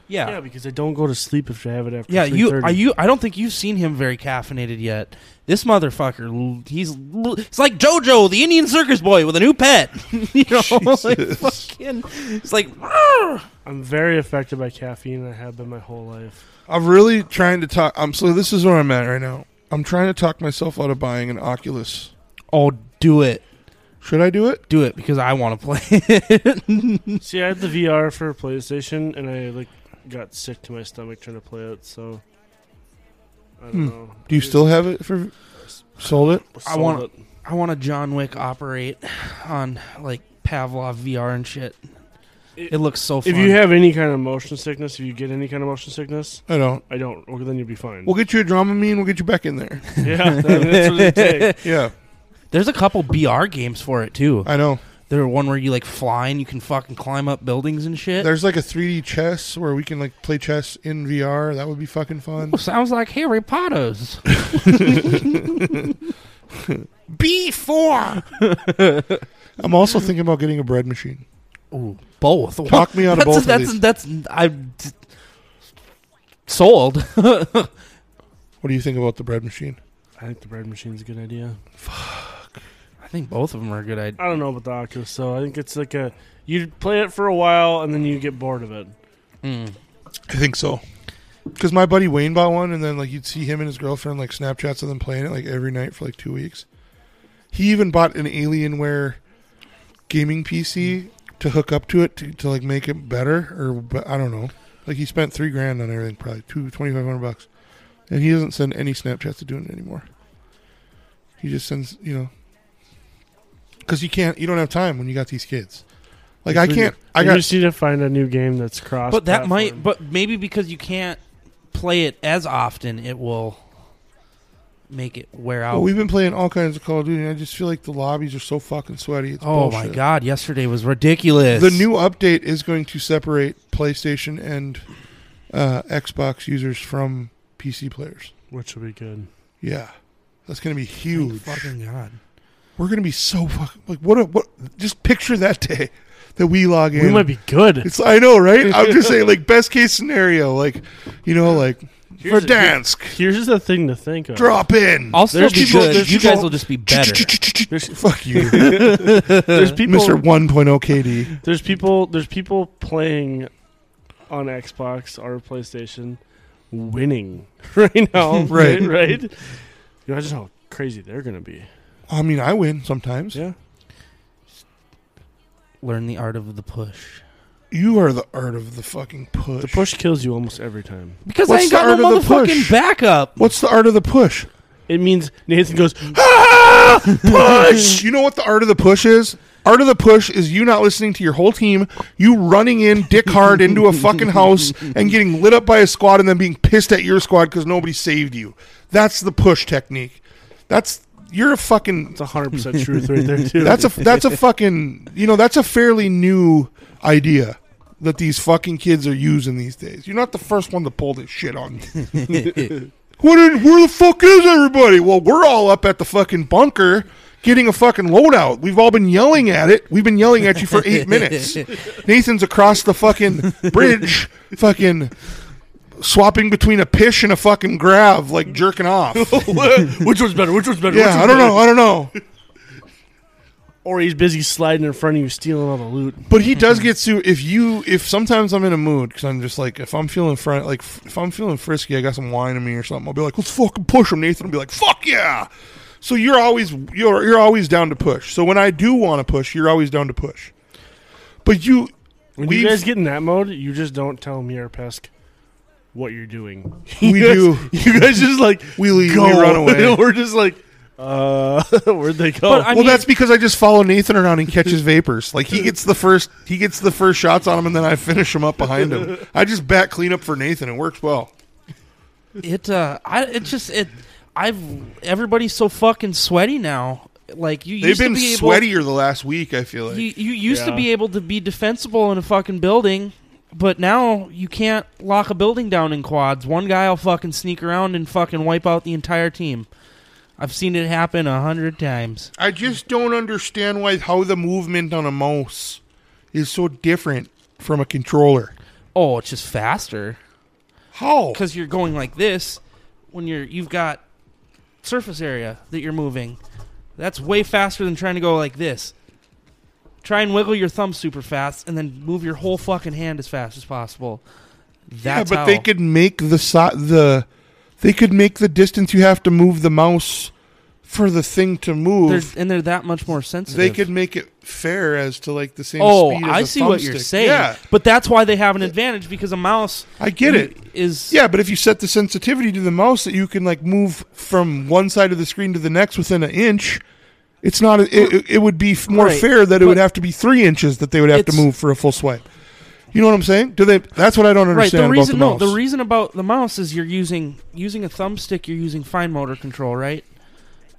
Yeah. Yeah, because I don't go to sleep if I have it after. Yeah, you 3:30. are you. I don't think you've seen him very caffeinated yet. This motherfucker, l- he's l- it's like JoJo, the Indian circus boy with a new pet. you know, like Jesus. fucking, it's like "Arr!" I'm very affected by caffeine. and I have been my whole life. I'm really trying to talk. I'm so this is where I'm at right now. I'm trying to talk myself out of buying an Oculus. oh, do it, Should I do it? do it because I want to play it. See, I had the VR for PlayStation, and I like got sick to my stomach trying to play it. So I don't Hmm. know. Do you still have it for sold it? I I wanna- want. I want to John Wick operate on like Pavlov VR and shit. It, It- looks so. Fun. If you have any kind of motion sickness, if you get any kind of motion sickness, I don't. I don't. Well, then you'll be fine. We'll get you a Dramamine. We'll get you back in there. yeah, I mean, that's what it takes. Yeah, There's a couple BR games for it too. I know. There's one where you like fly and you can fucking climb up buildings and shit. There's like a 3D chess where we can like play chess in VR. That would be fucking fun. Ooh, sounds like Harry Potter's. B four. I'm also thinking about getting a bread machine. Ooh, both. Talk me out of that's, both that's, of these. That's, I'm t- sold. What do you think about the bread machine? I think the bread machine's a good idea. I think both of them are a good idea. I don't know about the Oculus, though. I think it's like a you play it for a while and then you get bored of it. Mm. I think so. Because my buddy Wayne bought one, and then like you'd see him and his girlfriend like Snapchats of them playing it like every night for like two weeks. He even bought an Alienware gaming PC to hook up to it to, to like make it better, or but I don't know. Like he spent three grand on everything, probably two twenty five hundred bucks, and he doesn't send any Snapchats to doing it anymore. He just sends, you know, because you can't, you don't have time when you got these kids. Like I We- can't, I we got just need to find a new game that's cross. But that might. platform. But maybe because you can't play it as often, it will make it wear out. Well, we've been playing all kinds of Call of Duty, and I just feel like the lobbies are so fucking sweaty. It's oh my bullshit. god! Yesterday was ridiculous. The new update is going to separate PlayStation and uh, Xbox users from PC players. which would be good. Yeah, that's going to be Thank huge. Fucking god! We're going to be so fucking like what? A, what? Just picture that day that we log in. We might be good. it's I know, right? I'm just saying, like best case scenario, like you know, like Here's a- Verdansk, Here's the thing to think of. drop in. I'll still There's be people- good. there's You guys people- will just be better. Fuck you, There's people. Mr. 1.0 KD. There's people. There's people playing on Xbox or PlayStation, winning right now. Right. Right. You know, I just how crazy they're gonna be. I mean, I win sometimes. Yeah. Learn the art of the push. You are the art of the fucking push. The push kills you almost every time. Because What's I ain't the got art no of the push? motherfucking backup. What's the art of the push? It means Nathan goes. Ah, push. you know what the art of the push is? Art of the push is you not listening to your whole team, you running in dick hard into a fucking house and getting lit up by a squad and then being pissed at your squad because nobody saved you. That's the push technique. That's you're a fucking It's hundred percent truth right there too. that's a that's a fucking you know that's a fairly new idea that these fucking kids are using these days. You're not the first one to pull this shit on. What in, where the fuck is everybody? Well, we're all up at the fucking bunker getting a fucking loadout. We've all been yelling at it. We've been yelling at you for eight minutes. Nathan's across the fucking bridge, fucking swapping between a pish and a fucking grav, like jerking off. which one's better? Which one's better? yeah, I don't know. I don't know. Or he's busy sliding in front of you, stealing all the loot. But he does get to if you if sometimes I'm in a mood because I'm just like if I'm feeling front like f- if I'm feeling frisky I got some wine in me or something I'll be like let's fucking push him Nathan will be like fuck yeah so you're always you're you're always down to push so when I do want to push you're always down to push but you When we you guys get in that mode, you just don't tell Mir Pesk what you're doing. we you guys- do You guys just like we leave go. we run away We're just like, uh, where'd they go? But I well mean, that's because I just follow Nathan around and catch his vapors like he gets the first he gets the first shots on him and then I finish him up behind him I just bat clean up for Nathan it works well it uh I it just it I've everybody's so fucking sweaty now. Like you they've used been to be sweatier the last week I feel like. able you, you used to Yeah. be able to be defensible in a fucking building, but now you can't lock a building down in quads. One guy'll fucking sneak around and fucking wipe out the entire team. I've seen it happen a hundred times. I just don't understand why how the movement on a mouse is so different from a controller. Oh, it's just faster How? because you're going like this when you're you've got surface area that you're moving. That's way faster than trying to go like this. Try and wiggle your thumb super fast, and then move your whole fucking hand as fast as possible. That's yeah, but how. they could make the si- the they could make the distance you have to move the mouse for the thing to move. They're- and they're that much more sensitive. they could make it fair as to like the same. Oh, speed as I a see what thumbstick. you're saying. Yeah, But that's why they have an advantage because a mouse I get it. is Yeah, but if you set the sensitivity to the mouse that you can like move from one side of the screen to the next within an inch, it's not. It, it, it would be f- more Right, fair that it would but- have to be three inches that they would have to It's- move for a full swipe. You know what I'm saying? Do they? That's what I don't right. understand The reason about the no, mouse. the reason about the mouse is you're using using a thumbstick. You're using fine motor control, right?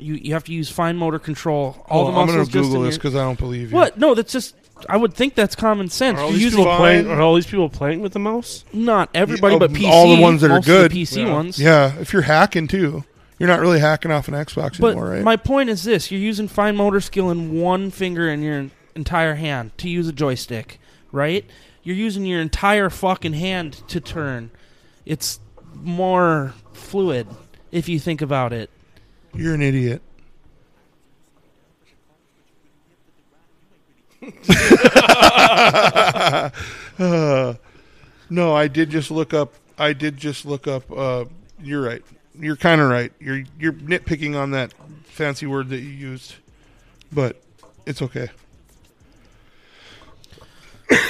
You you have to use fine motor control. All Hold the on, I'm muscles gonna just Google in this your- because I don't believe you. what? No, that's just. I would think that's common sense. Are all You're these using people- Playing, Fine. are all these people playing with the mouse? not everybody, Yeah, but of PC. all the ones that are most of the good. PC Yeah. ones. Yeah, if you're hacking too, you're not really hacking off an Xbox But anymore, right? my point is this: you're using fine motor skill in one finger in your entire hand to use a joystick, right? You're using your entire fucking hand to turn. It's more fluid if you think about it. you're an idiot. Uh, no, I did just look up. I did just look up. Uh, you're right. You're kind of right. You're you're nitpicking on that fancy word that you used, but it's okay.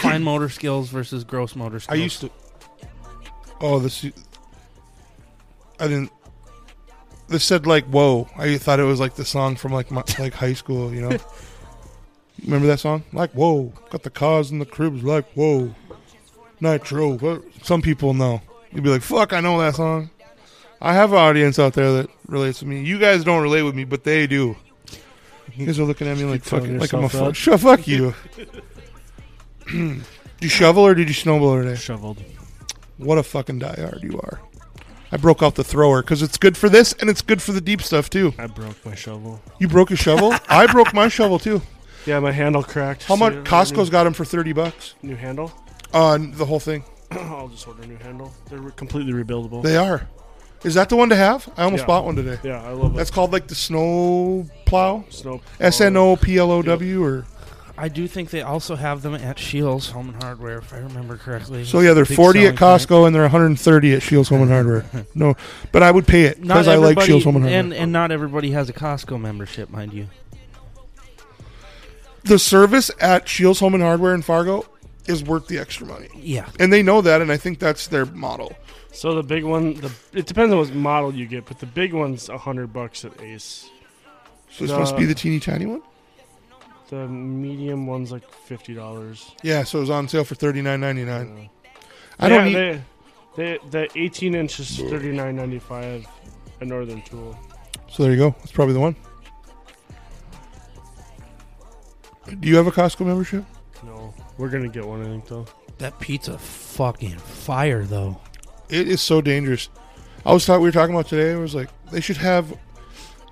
fine motor skills versus gross motor I skills. used to. Oh, this. I didn't. This said like "whoa." I thought it was like the song from like my, like high school. You know, remember that song? Like "whoa," got the cars and the cribs. Like "whoa," Nitro. What? Some people know. You'd be like, "Fuck, I know that song." I have an audience out there that relates with me. You guys don't relate with me, but they do. You guys are looking at me like fucking telling like I'm a yourself fuck. that. Sure, fuck you. did you shovel or did you snowblower today? Shoveled. What a fucking diehard you are. I broke out the thrower because it's good for this and it's good for the deep stuff too. I broke my shovel. You broke your shovel? I broke my shovel too. Yeah, my handle cracked. How so much? you don't have Costco's got them for 30 bucks a New, new handle. on the whole thing. I'll just order a new handle. They're re- completely rebuildable. They are. Is that the one to have? I almost Yeah. bought one today. yeah, I love it. That's called like the snow plow. Snow. S N O P L O W or I do think they also have them at Shields Home and Hardware, if I remember correctly. so yeah, they're Big 40 at selling point. Costco and they're 130 at Shields Home and Hardware. No, but I would pay it Not because I like everybody- Shields Home and Hardware. and and not everybody has a Costco membership, mind you. the service at Shields Home and Hardware in Fargo is worth the extra money. Yeah, and they know that, and I think that's their model. So the big one, the it depends on what model you get, but the big one's a hundred bucks at So Ace. it's The- supposed to be the teeny tiny one. The medium one's like fifty dollars. Yeah, so it was on sale for thirty nine ninety nine. I don't need. They, they, the eighteen inches, thirty nine ninety five, a Northern Tool. So there you go. That's probably the one. Do you have a Costco membership? No, we're gonna get one. I think though. that pizza fucking fire though. It is so dangerous. I was thought we were talking about today. I was like, they should have.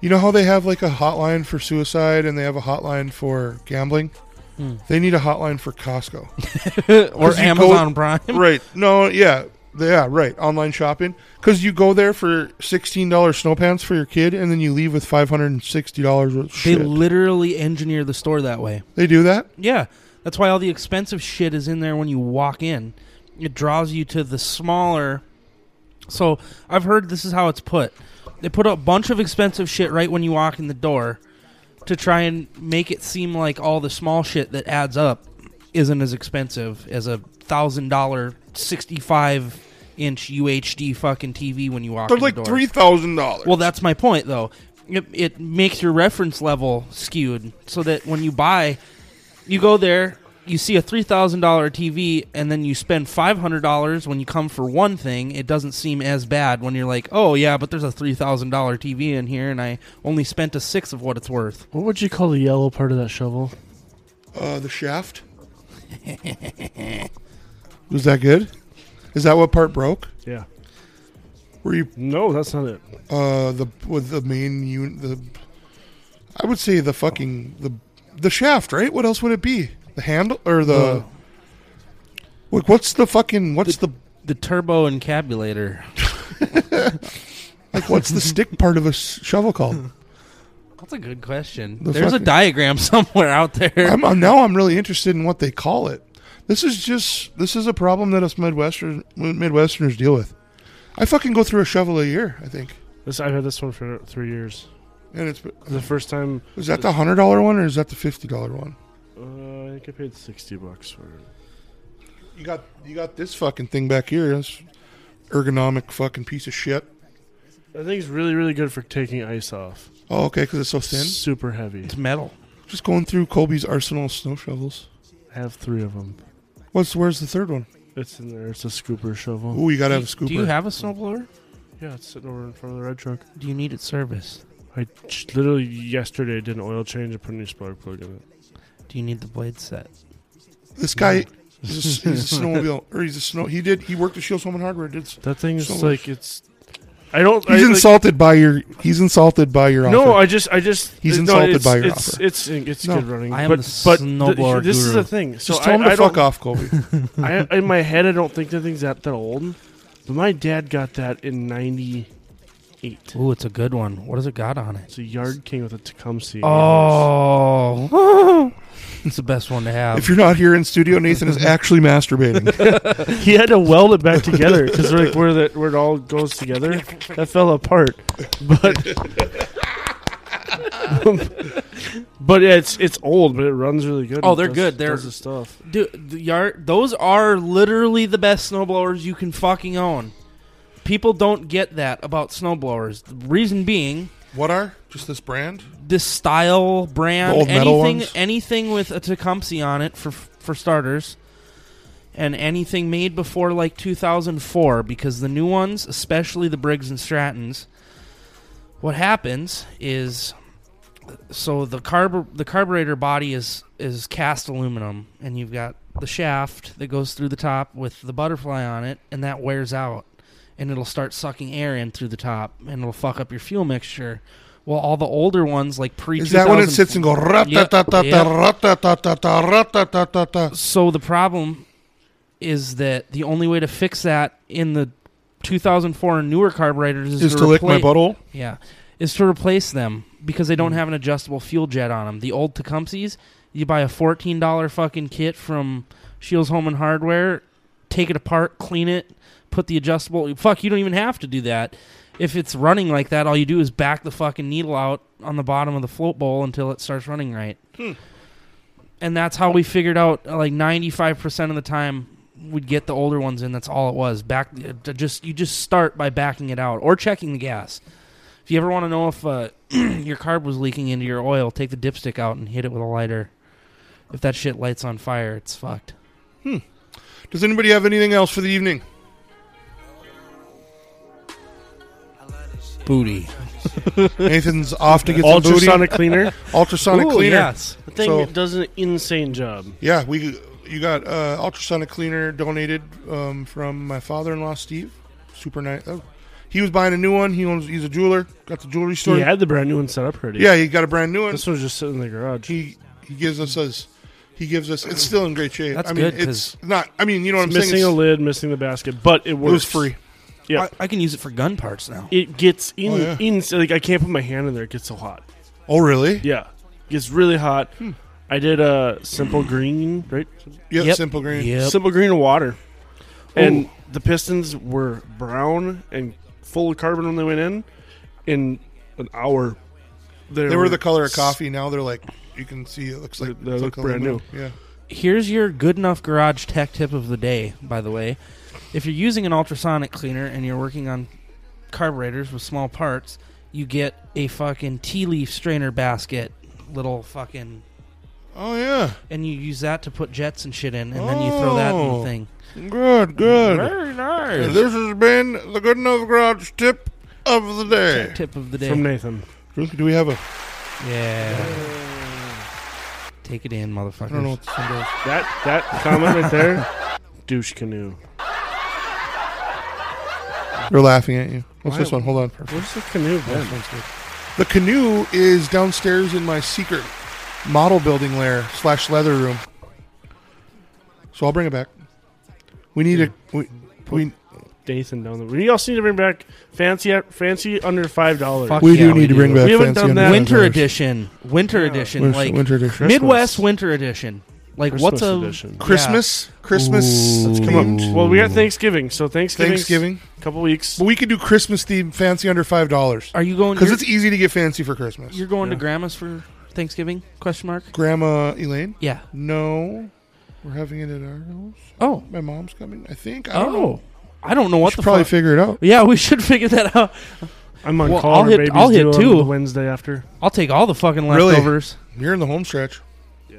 You know how they have like a hotline for suicide and they have a hotline for gambling. Hmm. They need a hotline for Costco. or 'Cause you Amazon Prime. right. No, yeah. Yeah, right. Online shopping. Because you go there for $16 snow pants for your kid, and then you leave with $560 worth of They shit. literally engineer the store that way. they do that? Yeah, that's why all the expensive shit is in there when you walk in. It draws you to the smaller. So I've heard this is how it's put. They put a bunch of expensive shit right when you walk in the door to try and make it seem like all the small shit that adds up isn't as expensive as a thousand dollar sixty five inch UHD fucking TV when you walk. They're in like the door. $3,000. Well, that's my point, though. It, it makes your reference level skewed, so that when you buy, you go there, you see a three thousand dollar TV, and then you spend five hundred dollars when you come for one thing. It doesn't seem as bad when you're like, oh yeah, but there's a three thousand dollar TV in here, and I only spent a sixth of what it's worth. What would you call the yellow part of that shovel? uh, the shaft. Was that good? Is that what part broke? Yeah. Were you No, that's not it. uh the with the main unit the I would say the fucking the the shaft, right? What else would it be? The handle or the Like, what's the fucking? What's the, The turbo encabulator. like? What's the stick part of a s- shovel called? That's a good question. The There's a fucking- diagram somewhere out there. I'm, I'm now. I'm really interested in what they call it. This is just. This is a problem that us Midwestern Midwesterners deal with. I fucking go through a shovel a year. I think. This I've had this one for three years. And it's The first time, is that the hundred dollar one or is that the fifty dollar one? uh, I think I paid sixty bucks for it. You got you got this fucking thing back here. This ergonomic fucking piece of shit. I think it's really, really good for taking ice off. Oh, okay, because it's so thin. Super heavy. It's metal. Just going through Colby's arsenal of snow shovels. I have three of them. What's where's the third one? It's in there. It's a scooper shovel. Ooh, you gotta have a Do scooper. you have a snowblower? Yeah, it's sitting over in front of the red truck. Do you need it serviced? I j- literally yesterday did an oil change and put a new spark plug in it. Do you need the blade set? this guy is a, he's a snowmobile or he's a snow. He did he worked at Shields Home and Hardware. Did s- That thing is So like it's. I don't. he's I, like- insulted by your he's insulted by your No, offer. I just, I just. He's no, insulted it's- by your it's, offer. It's, it's, No. good running. I am but, the but snowblower this is guru. the thing. So Just I, tell him to I fuck don't, off, Colby. I, in my head, I don't think the thing's that that old. But my dad got that in '98. Ooh, it's a good one. What has it got on it? It's a Yard King with a Tecumseh. Oh, it's the best one to have. if you're not here in studio, Nathan is actually masturbating. he had to weld it back together because like where that where it all goes together, that fell apart. But but yeah, it's it's old, but it runs really good. Oh, It they're does- good. They're- does the stuff. Dude, the yard, those are literally the best snowblowers you can fucking own. People don't get that about snowblowers. The reason being, what are just this brand? this style, brand, The old metal anything, ones? anything with a Tecumseh on it for for starters, and anything made before like 2004, because the new ones, especially the Briggs and Strattons, what happens is, so the carb the carburetor body is is cast aluminum, and you've got the shaft that goes through the top with the butterfly on it, and that wears out. And it'll start sucking air in through the top, and it'll fuck up your fuel mixture. Well, all the older ones, like pre Is that when it sits and goes Yep, "Ra-ta-ta-ta-ta, yep. ra-ta-ta-ta-ta, ra-ta-ta-ta-ta"? So the problem is that the only way to fix that in the 2004 and newer carburetors is, Is to lick my repla- butthole? Yeah, is to replace them because they don't have an adjustable fuel jet on them. The old Tecumsehs, you buy a fourteen dollar fucking kit from Shields Home and Hardware, take it apart, clean it, put the adjustable. Fuck, you don't even have to do that. If it's running like that, all you do is back the fucking needle out on the bottom of the float bowl until it starts running right. And that's how we figured out uh, like ninety five percent of the time we'd get the older ones in. That's all it was. Back uh, just you just start by backing it out or checking the gas. If you ever want to know if uh, your carb was leaking into your oil, take the dipstick out and hit it with a lighter. If that shit lights on fire, it's fucked. Does anybody have anything else for the evening? Booty. Nathan's off to get some booty. Ultrasonic cleaner. ultrasonic cleaner. Yes. The thing So- does an insane job. Yeah, we you got uh, ultrasonic cleaner donated um, from my father-in-law Steve. Super nice. Oh. He was buying a new one. He owns. He's a jeweler. Got the jewelry store. He had the brand new one set up already. yeah, he got a brand new one. this one's just sitting in the garage. He he gives us his. He gives us. It's still in great shape. That's I mean, good, 'cause- it's not. I mean, you know what It's I'm missing saying. a lid, missing the basket, but it It's- works. it was free. Yeah. I, I can use it for gun parts now. it gets in, Oh, yeah. in like I can't put my hand in there. It gets so hot. Oh really? Yeah, gets really hot. Hmm. I did a simple green, right? Yep. Yep. Simple green. Yep. Simple green and water, and the pistons were brown and full of carbon when they went in. In an hour, They were the color of coffee. Now they're like you can see. It looks like They- they it's look like brand new. aluminum. Yeah. Here's your good enough garage tech tip of the day, by the way. If you're using an ultrasonic cleaner and you're working on carburetors with small parts, you get a fucking tea leaf strainer basket, little fucking, Oh yeah. and you use that to put jets and shit in, and then you throw that in Oh. the thing. Good. Good. Very nice. This has been the Good Enough Garage tip of the day. Tip of the day. from Nathan. Do we have a? yeah. Take it in, motherfuckers. I don't know what this one does. That that comment right there, douche canoe. They're laughing at you. What's Why- this one? Hold on. Where's the canoe been? The canoe is downstairs in my secret model building lair slash leather room. So I'll bring it back. We need a we, we, Nathan down the. We also need to bring back fancy fancy under five dollars. Fuck we do yeah, need we to bring do. back We haven't fancy done that. underwear. winter edition, winter Yeah. edition, Winter, like winter edition. Christmas. Midwest winter edition. Like what's a edition? Christmas, Christmas. Ooh. Come on. themed. Well, we got Thanksgiving, so Thanksgiving. Thanksgiving. A couple weeks. But we could do Christmas themed fancy under five dollars Are you going? because You're, it's easy to get fancy for Christmas. you're going Yeah. to grandma's for Thanksgiving? Question mark. Grandma Elaine. Yeah. No, we're having it at our house. Oh. My mom's coming. I think. I don't know. Oh. I don't know We what should the probably fuck. figure it out. yeah, we should figure that out. I'm on Well, call. I'll Our hit- baby's I'll hit due on two. the Wednesday after. I'll take all the fucking Really? leftovers. You're in the home stretch. Yeah.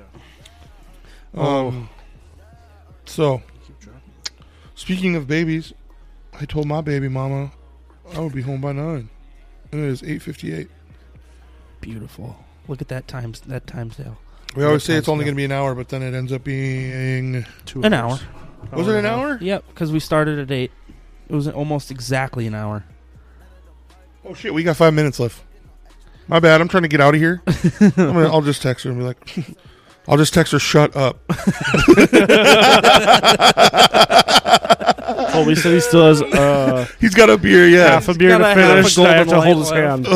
Oh. Um. So, speaking of babies, I told my baby mama I would be home by nine, and it is eight fifty-eight. Beautiful. Look at that times that time scale. We always What say it's time's only it? going to be an hour, but then it ends up being. Two An hours. Was it and an a half. hour? Yep, because we started at eight. It was almost exactly an hour. Oh shit, we got five minutes left. My bad. I'm trying to get out of here. I'm gonna, I'll just text her and be like, I'll just text her. Shut up. Oh, we said he still has uh, He's got a beer. Yeah. half a beer got to a half a finish. I golden have to light hold his left.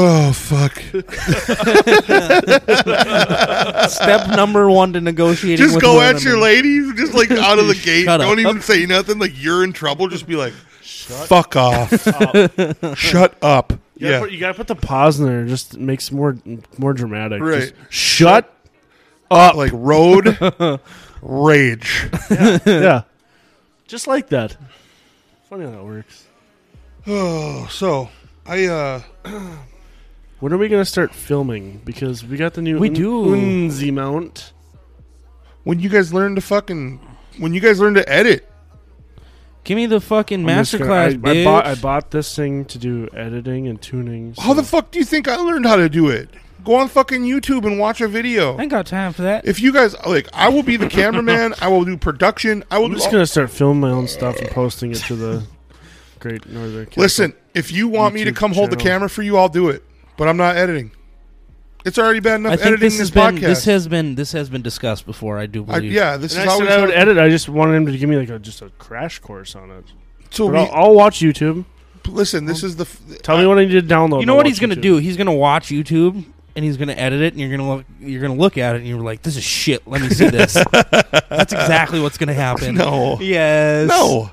hand. oh fuck. Step number one to negotiating. Just with go women. at your ladies. Just like out of the gate. Shut Don't up. even say nothing. Like you're in trouble. Just be like, fuck off. Shut up. You gotta, Yeah. put, you gotta put the pause in there. Just makes more more dramatic. Right. Just shut up. Like road rage. yeah. Just like that. Funny how that works. Oh, so I uh. When are we gonna start filming? Because we got the new We Un- do. Unzi mount. When you guys learn to fucking. When you guys learn to edit. Give me the fucking I'm just gonna- masterclass, Oh, I, I bitch. bought I bought this thing to do editing and tuning. How so- the fuck do you think I learned how to do it? Go on fucking YouTube and watch a video. I ain't got time for that. If you guys like, I will be the cameraman. I will do production. I will I'm do. just all- gonna start filming my own stuff and posting it to the Great Northern. Council. Listen, if you want me to YouTube come hold the channel. camera for you, I'll do it. But I'm not editing. It's already bad enough I think editing this this, has been podcast. this has been this has been discussed before. I do I, believe. yeah, this And is I how said we I would edit. edit. I just wanted him to give me like a, just a crash course on it. So But we, I'll, I'll watch YouTube. listen, this is the. f- Tell me what I need to download. You know I'll what watch he's gonna YouTube. do? He's gonna watch YouTube and he's gonna edit it, and you're gonna look you're gonna look at it, and you're like, "This is shit. Let me see this." That's exactly what's gonna happen. No, Yes. no,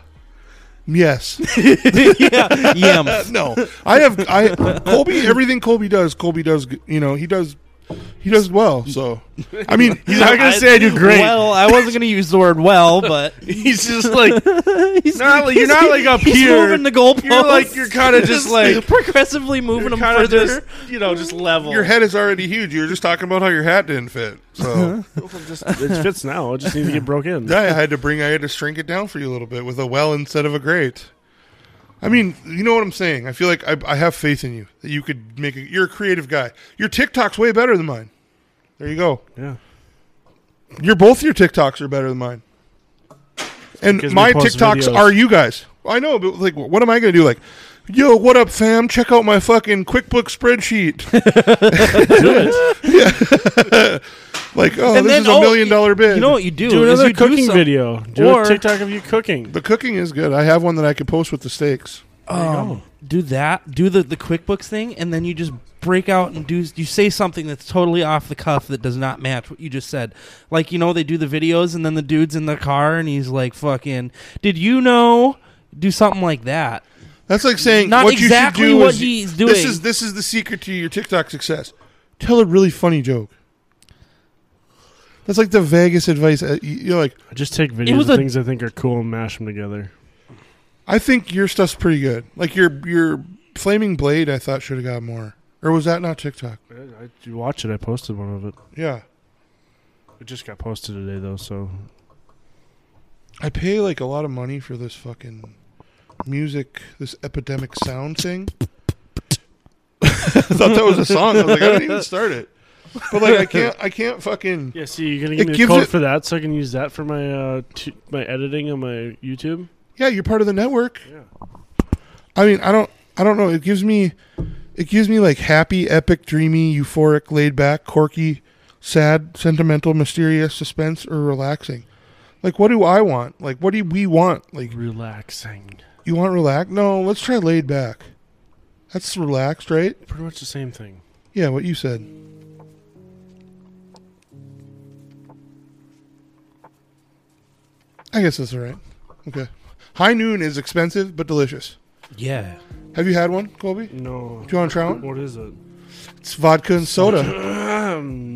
yes, yeah. Yum. no. I have I Colby. Everything Colby does, Colby does. g- You know, he does. He does well. So, I mean, he's not gonna say I do great. Well, I wasn't gonna use the word well, but He's just like he's Not like- you're he's- not like up he's here. moving the goalposts. You're like- you're kinda just like- progressively moving them kind further. of just you know just level. Your head is already huge. You were just talking about how your hat didn't fit. Uh-huh. So it fits now. It just needs to get broke in. yeah, I had to bring. I had to shrink it down for you a little bit with a well instead of a great. I mean, you know what I'm saying. I feel like I, I have faith in you that you could make. A, you're a creative guy. Your TikTok's way better than mine. There you go. Yeah. Your both your TikToks are better than mine. And Because we my post TikToks videos. are you guys. I know, but like, what am I gonna do? Like, yo, what up, fam? Check out my fucking QuickBooks spreadsheet. do it. like, oh, And this then, is a oh, million dollar bid. You know what you do? Do is another you cooking some- video. Do or- a TikTok of you cooking. The cooking is good. I have one that I could post with the steaks. Um, do that. Do the the QuickBooks thing, and then you just break out and do. You say something that's totally off the cuff that does not match what you just said. Like you know, they do the videos, and then the dude's in the car, and he's like, "Fucking, did you know?" Do something like that. That's like saying Not what exactly you should do what is- he's This doing. is this is the secret to your TikTok success. Tell a really funny joke. That's like the vaguest advice. Uh, you- You're like, I just take It videos was of a- things I think are cool and mash them together. I think your stuff's pretty good. Like your your flaming blade, I thought should have got more. Or was that not TikTok? I, I, you watch it. I posted one of it. Yeah, It just got posted today though, so I pay like a lot of money for this fucking music, this epidemic sound thing. I thought that was a song. I was like, I didn't even start it. But like, I can't, I can't fucking. yeah. See, you're gonna It give me the gives code it- for that, so I can use that for my uh, t- my editing on my YouTube. Yeah, you're part of the network. Yeah. I mean, I don't I don't know. It gives me it gives me like happy, epic, dreamy, euphoric, laid back, quirky, sad, sentimental, mysterious, suspense, or relaxing. Like, what do I want? Like, what do we want? Like, Relaxing. you want relaxed? No, let's try laid back. That's relaxed, right? Pretty much the same thing. Yeah, what you said. I guess that's all right. Okay. High noon is expensive but delicious. Yeah. Have you had one, Colby? Do No. you want to try one? What is it? It's vodka and soda.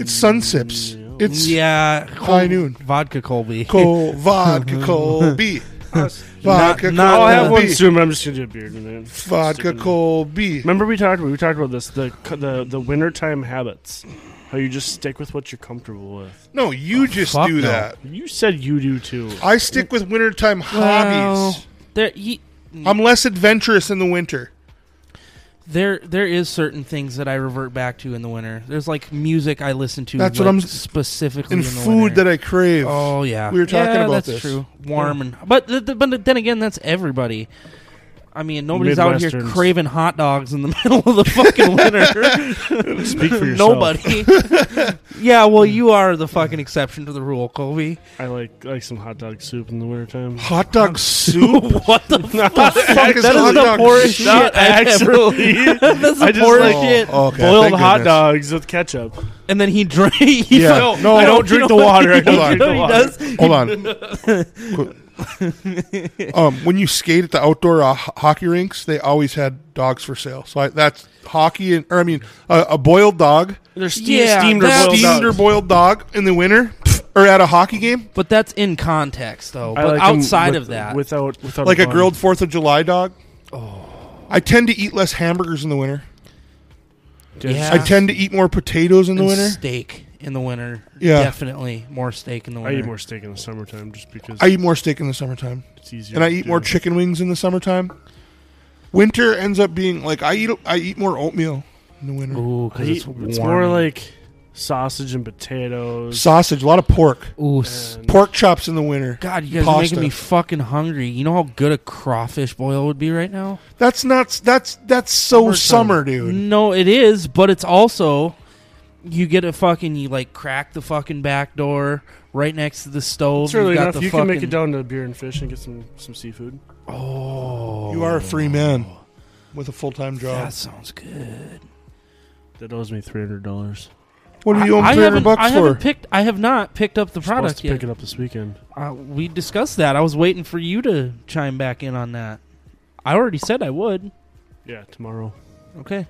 It's sun sips. It's yeah. high noon. Vodka Colby. Col vodka Colby. Vodka Not- not- I'll have one Colby. soon, but I'm just gonna do a beer tonight. Vodka Colby. Remember we talked we talked about this the the the wintertime habits, how you just stick with what you're comfortable with. No, you just fuck do no. that. You said you do too. I stick with wintertime hobbies. There, ye- I'm less adventurous in the winter. there, there is certain things that I revert back to in the winter. There's like music I listen to. That's what like, I'm- specifically And in the food winter. that I crave. Oh yeah, We were talking Yeah, about that's this. True, warm and but th- th- but then again, that's everybody. I mean, nobody's out here Midwesterns. craving hot dogs in the middle of the fucking winter. Speak for yourself. Nobody. yeah, well, you are the fucking exception to the rule, Colby. I like like some hot dog soup in the wintertime. Hot dog soup? what the fuck? fuck is That hot is the dog poorest soup? shit I've actually. ever. That's the I just poorest like- shit. Oh, okay, Boiled thank hot goodness. dogs with ketchup. And then he drank. He Yeah. fucking- No, I don't you drink know the what water. I don't he- drink you the know what water. He does. Hold on. Qu- um, when you skate at the outdoor uh, ho- hockey rinks, they always had dogs for sale. So I, that's hockey, and or I mean, uh, a boiled dog, They're Yeah, steamed or that's- boiled steamed or dogs. boiled dog in the winter, or at a hockey game, But that's in context, though. I But like 'em outside with- of that, without without like a bun. grilled Fourth of July dog. I tend to eat less hamburgers in the winter. Yeah. I tend to eat more potatoes in the and winter. steak in the winter. Yeah. definitely more steak in the I winter. eat more steak in the summertime just because I eat more steak in the summertime, it's easier. and I to eat do. more chicken wings in the summertime. Winter ends up being like I eat I eat more oatmeal in the winter. Ooh, I because eat- it's, it's, warm. more like sausage and potatoes. Sausage, a lot of pork. ooh. s- and- Pork chops in the winter. God, you guys are Pasta. making me fucking hungry. You know how good a crawfish boil would be right now? That's not that's that's so Summertime. summer, dude. No, it is, but it's also you get a fucking you like crack the fucking back door right next to the stove. It's early you got enough. the You fucking, can make it down to beer and fish and get some some seafood. Oh, You are a free man with a full time job. That sounds good. That owes me three hundred dollars. What are you owe I, I three hundred haven't, I bucks for? haven't picked. I have not picked up the Supposed product to yet. pick it up this weekend. Uh, we discussed that. I was waiting for you to chime back in on that. I already said I would. Yeah, tomorrow, Okay.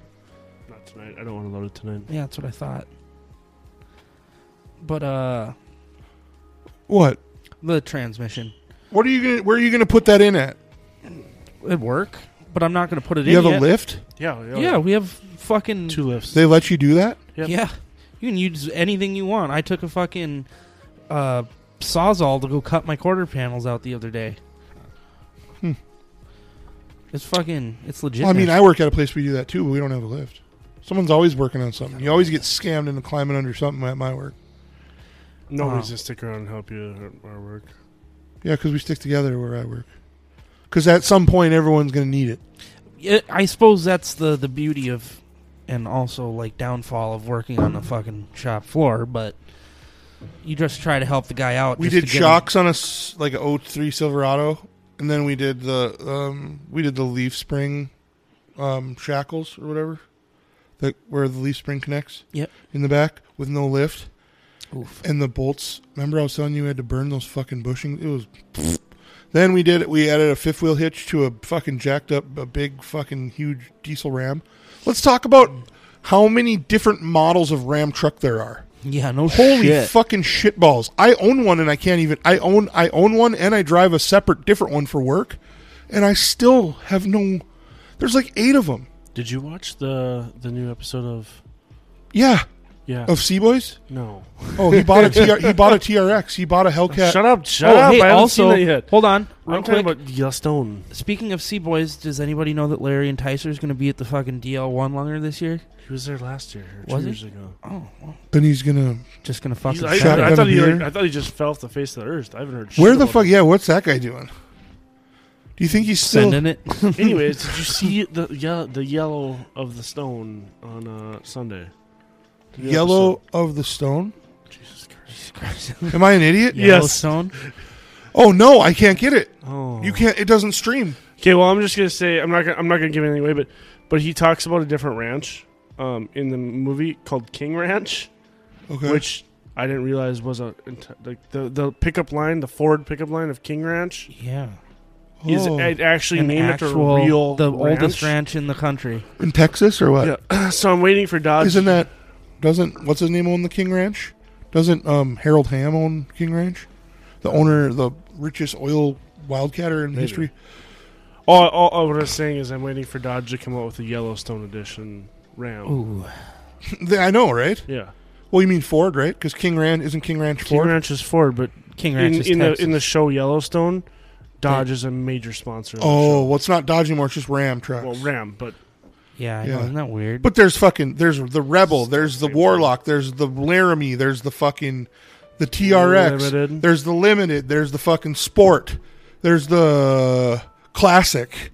not tonight. I don't want to load it tonight. Yeah, that's what I thought. But uh What? the transmission. What are you gonna where are you gonna put that in at? It'd work. But I'm not gonna put it you in. have a yet. lift? Yeah, Yeah, we have fucking two lifts. They let you do that? Yep. Yeah. You can use anything you want. I took a fucking uh sawzall to go cut my quarter panels out the other day. Hmm. It's fucking it's legit. Well, I mean I work at a place we do that too, but we don't have a lift. Someone's always working on something. You always get scammed into climbing under something at my work. Nobody's Wow. gonna stick around and help you at our work. Yeah, because we stick together where I work. Because at some point everyone's gonna need it. Yeah, I suppose that's the the beauty of, and also like downfall of working on the fucking shop floor. But you just try to help the guy out. We just to did get him- shocks on a s- like a 03 Silverado, and then we did the um, we did the leaf spring um, shackles or whatever, that where the leaf spring connects. Yep. In the back with no lift Oof. and the bolts. Remember I was telling you we had to burn those fucking bushings. It was. Then we did it. We added a fifth wheel hitch to a fucking jacked up a big fucking huge diesel Ram. Let's talk about how many different models of Ram truck there are. Yeah, no Holy shit. fucking shitballs! I own one and I can't even. I own I own one and I drive a separate different one for work, and I still have no. There's like eight of them. Did you watch the the new episode of? Yeah, Yeah. of Sea Boys. no. Oh, he bought a TR, he bought a TRX. He bought a Hellcat. Shut up! Shut Oh, up! hey, I haven't also, seen that yet. hold on, real I'm talking quick. about Yellowstone. Speaking of Sea Boys, does anybody know that Larry and Tyser is going to be at the fucking DL one longer this year? He was there last year, or two Was he? years ago. Oh, well, Then he's gonna. just going to He's- fucking. I, shut shotgun I, it. I thought he, beer. like, I thought he just fell off the face of the earth. I haven't heard. Where shit the about fuck? him. Yeah, what's that guy doing? Do you think he's still? Sending it. Anyways, did you see the yellow, the yellow of the stone on uh, Sunday? The new Yellow episode. of the Stone. Jesus Christ. Am I an idiot? Yes. Yellowstone. Oh no, I can't get it. Oh. You can't. It doesn't stream. Okay, well, I'm just gonna say I'm not gonna, I'm not gonna give anything away, but but he talks about a different ranch um, in the movie called King Ranch, Okay. which I didn't realize was a enti- like the the pickup line, the Ford pickup line of King Ranch Yeah, is Oh. a- actually An named actual- after a real the ranch. oldest ranch in the country. in Texas or what? Yeah, so I'm waiting for Dodge. Isn't that? Doesn't what's his name own the King Ranch? Doesn't um, Harold Ham own King Ranch? The owner, the richest oil wildcatter in Maybe. history. all, all, all what I'm saying is I'm waiting for Dodge to come out with a Yellowstone edition Ram. Ooh, I know, right? Yeah, Well, you mean Ford, right? Because King Ranch isn't King Ranch King Ford. Ranch is Ford, but King Ranch in, is in the Texas. in the show Yellowstone, Dodge is a major sponsor. Of the oh, well, it's not Dodge anymore. It's just Ram show. trucks. well, Ram, but yeah, I Yeah. know, isn't that weird? But there's fucking there's the Rebel, there's the Warlock, there's the Laramie, there's the fucking the TRX, Limited. there's the Limited, there's the fucking Sport, there's the Classic,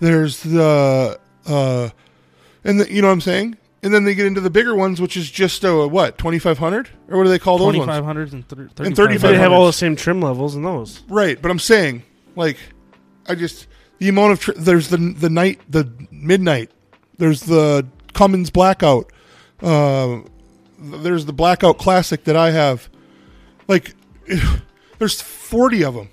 there's the uh, and the, you know what I'm saying. And then they get into the bigger ones, which is just a what 2500 or what do they call those twenty ones? five hundreds and thir- And 3500s. But they have 500s. all the same trim levels in Mm. those. Right, but I'm saying, like, I just the amount of tr- there's the the night the midnight, there's the Cummins blackout, uh, there's the blackout classic that I have, like, there's forty of them,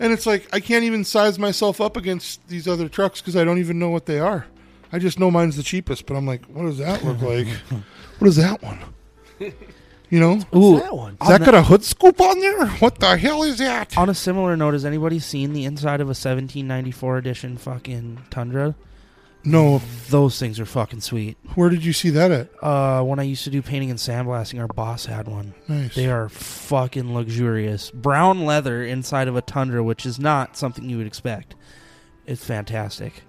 and it's like I can't even size myself up against these other trucks because I don't even know what they are. I just know mine's the cheapest, but I'm like, what does that look like? what is that one? You know, is Ooh, one? that got a hood scoop on there? What the hell is that? On a similar note, has anybody seen the inside of a 1794 edition fucking Tundra? No, Those things are fucking sweet. Where did you see that at? Uh, when I used to do painting and sandblasting, our boss had one. Nice. They are fucking luxurious. Brown leather inside of a Tundra, which is not something you would expect. It's fantastic.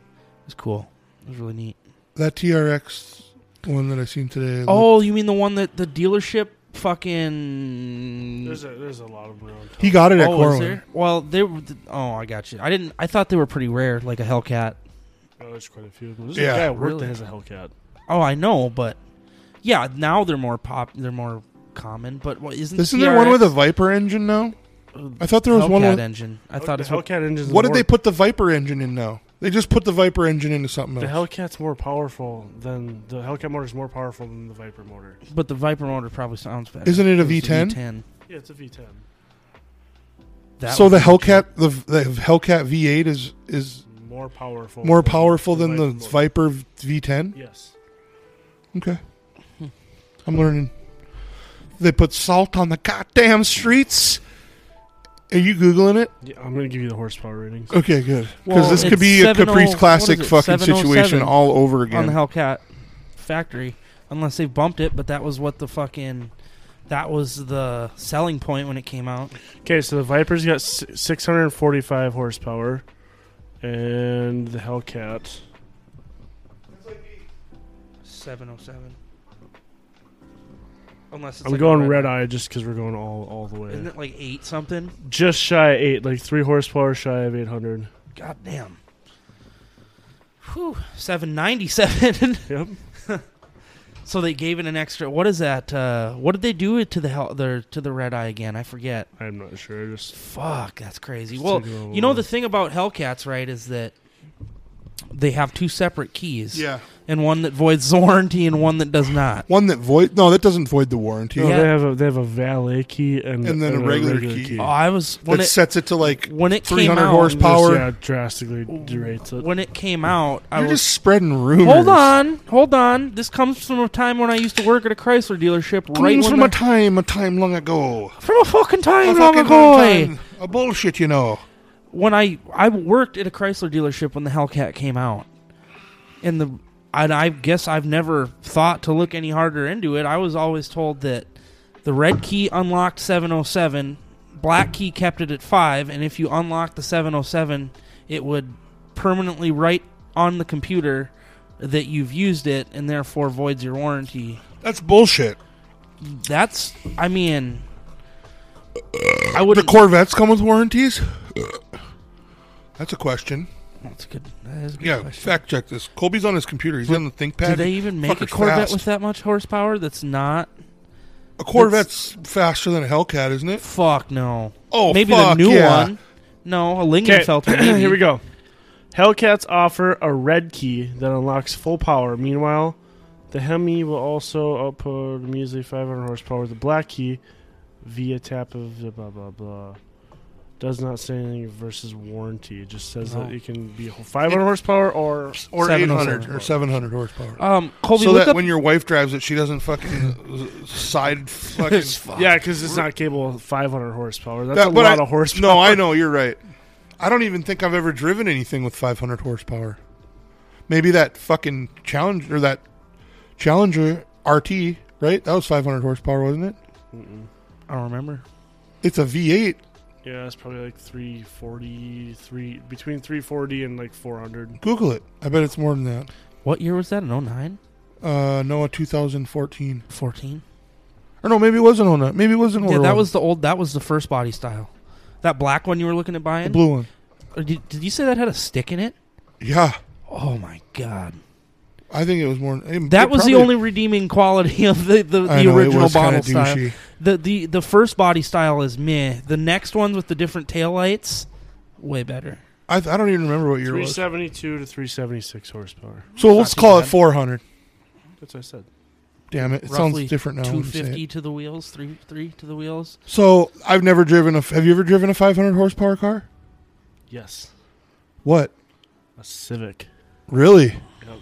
It's cool. It was really neat. That TRX one that I seen today. looked- Oh, you mean the one that the dealership fucking There's a, there's a lot of them. around town. he got it at Oh, is Corwin. there? Well, they were. th- Oh, I got you. I didn't. I thought they were pretty rare, like a Hellcat. Oh, there's quite a few of them. There's Yeah. a guy at work Really? that has a Hellcat. Oh, I know, but yeah, now they're more pop. They're more common. But what isn't? Isn't there one with a TRX Viper engine now? I thought there was Uh, Hellcat one. With, Oh, engine? I thought the it's what, Hellcat engine. what did they put the Viper engine in now? They just put the Viper engine into something The else. Hellcat's more powerful than the Hellcat motor is more powerful than the Viper motor. but the Viper motor probably sounds better. Isn't it a was the V10? V10. Yeah, it's a V10. That so was the a legit- Hellcat, the, the Hellcat V8 is is More powerful. more powerful than the motor. Viper V10. Yes. Okay, Hmm. I'm learning. They put salt on the goddamn streets. Are you googling it? Yeah, I'm gonna give you the horsepower ratings. Okay, good. Because Well, this could it's be a 70 Caprice Classic what is it, fucking situation 707 all over on again. the Hellcat factory, unless they bumped it. But that was what the fucking. That was the selling point when it came out. Okay, so the Viper's got s- 645 horsepower, and the Hellcat. Seven oh seven. Unless it's I'm like a going red eye just because we're going all all the way. Isn't it like eight something? just shy of eight, like three horsepower shy of 800. God damn. Whew, seven ninety seven. Yep. so they gave it an extra. What is that? Uh, what did they do it to the hell? Their to the red eye again? I forget. I'm not sure. I just Fuck, that's crazy. Just Well, took it all you know away. the thing about Hellcats, right? Is that they have two separate keys. yeah. and one that voids the warranty and one that does not. One that void? No, that doesn't void the warranty. no, Yeah. Oh, they have a they have a valet key and And then a regular key. Oh, I was That when it sets it to like. when it came 300 out. horsepower. power. This, yeah, drastically derates it. When it came out, I You're was just spreading rumors. Hold on, hold on. This comes from a time when I used to work at a Chrysler dealership. right Comes when from a the- time, a time long ago. from a fucking time a long fucking ago. long time. A bullshit, you know. When I I worked at a Chrysler dealership when the Hellcat came out, and the and I guess I've never thought to look any harder into it. I was always told that the red key unlocked 707, black key kept it at five, and if you unlocked the 707, it would permanently write on the computer that you've used it and therefore voids your warranty. That's bullshit. That's, I mean, I The would. Corvettes come with warranties. That's a question. That's a good. That is a good Yeah, question. fact check this. Colby's on his computer. He's on the ThinkPad. Do they even make a Fucker's Corvette fast. with that much horsepower? That's not A Corvette's faster than a Hellcat, isn't it? Fuck no. Oh, maybe fuck, the new yeah. one. No, a Okay, Lingenfeld. maybe. here we go. Hellcats offer a red key that unlocks full power. Meanwhile, the Hemi will also output immediately 500 horsepower with the black key via tap of the blah blah blah. Does not say anything versus warranty. It just says that No. it can be 500 horsepower or Or 707. 800 or 700 horsepower. Um, Colby, so look that up. when your wife drives it, she doesn't fucking side fucking. yeah, because it's not capable of 500 horsepower. That's That- a but lot I- of horsepower. No, I know you're right. I don't even think I've ever driven anything with 500 horsepower. Maybe that fucking Challenger, or that Challenger RT, right? That was 500 horsepower, wasn't it? I don't remember. It's a V8. Yeah, it's probably like 340, three, between 340 and like 400. Google it. I bet it's more than that. What year was that? In 09? Uh, Noah 2014, 14? or no, maybe it wasn't on that. Maybe it wasn't. Yeah, that was the old. That was the first body style. That black one you were looking the at buying. blue one. Or Did, did you say that had a stick in it? Yeah, Oh my god! I think it was more. it- That it was the probably- only redeeming quality of the the, I the know, it original was kinda bottle style. douchey. The the the first body style is meh. The next ones with the different taillights, way better. I, I don't even remember what year it was. 372 to 376 horsepower. So let's too call it bad. 400. That's what I said. Damn it! It Roughly sounds different now. when Two you say it. fifty to the wheels, three three to the wheels. So I've never driven a. Have you ever driven a 500 horsepower car? Yes. What? A Civic. Really? Yep.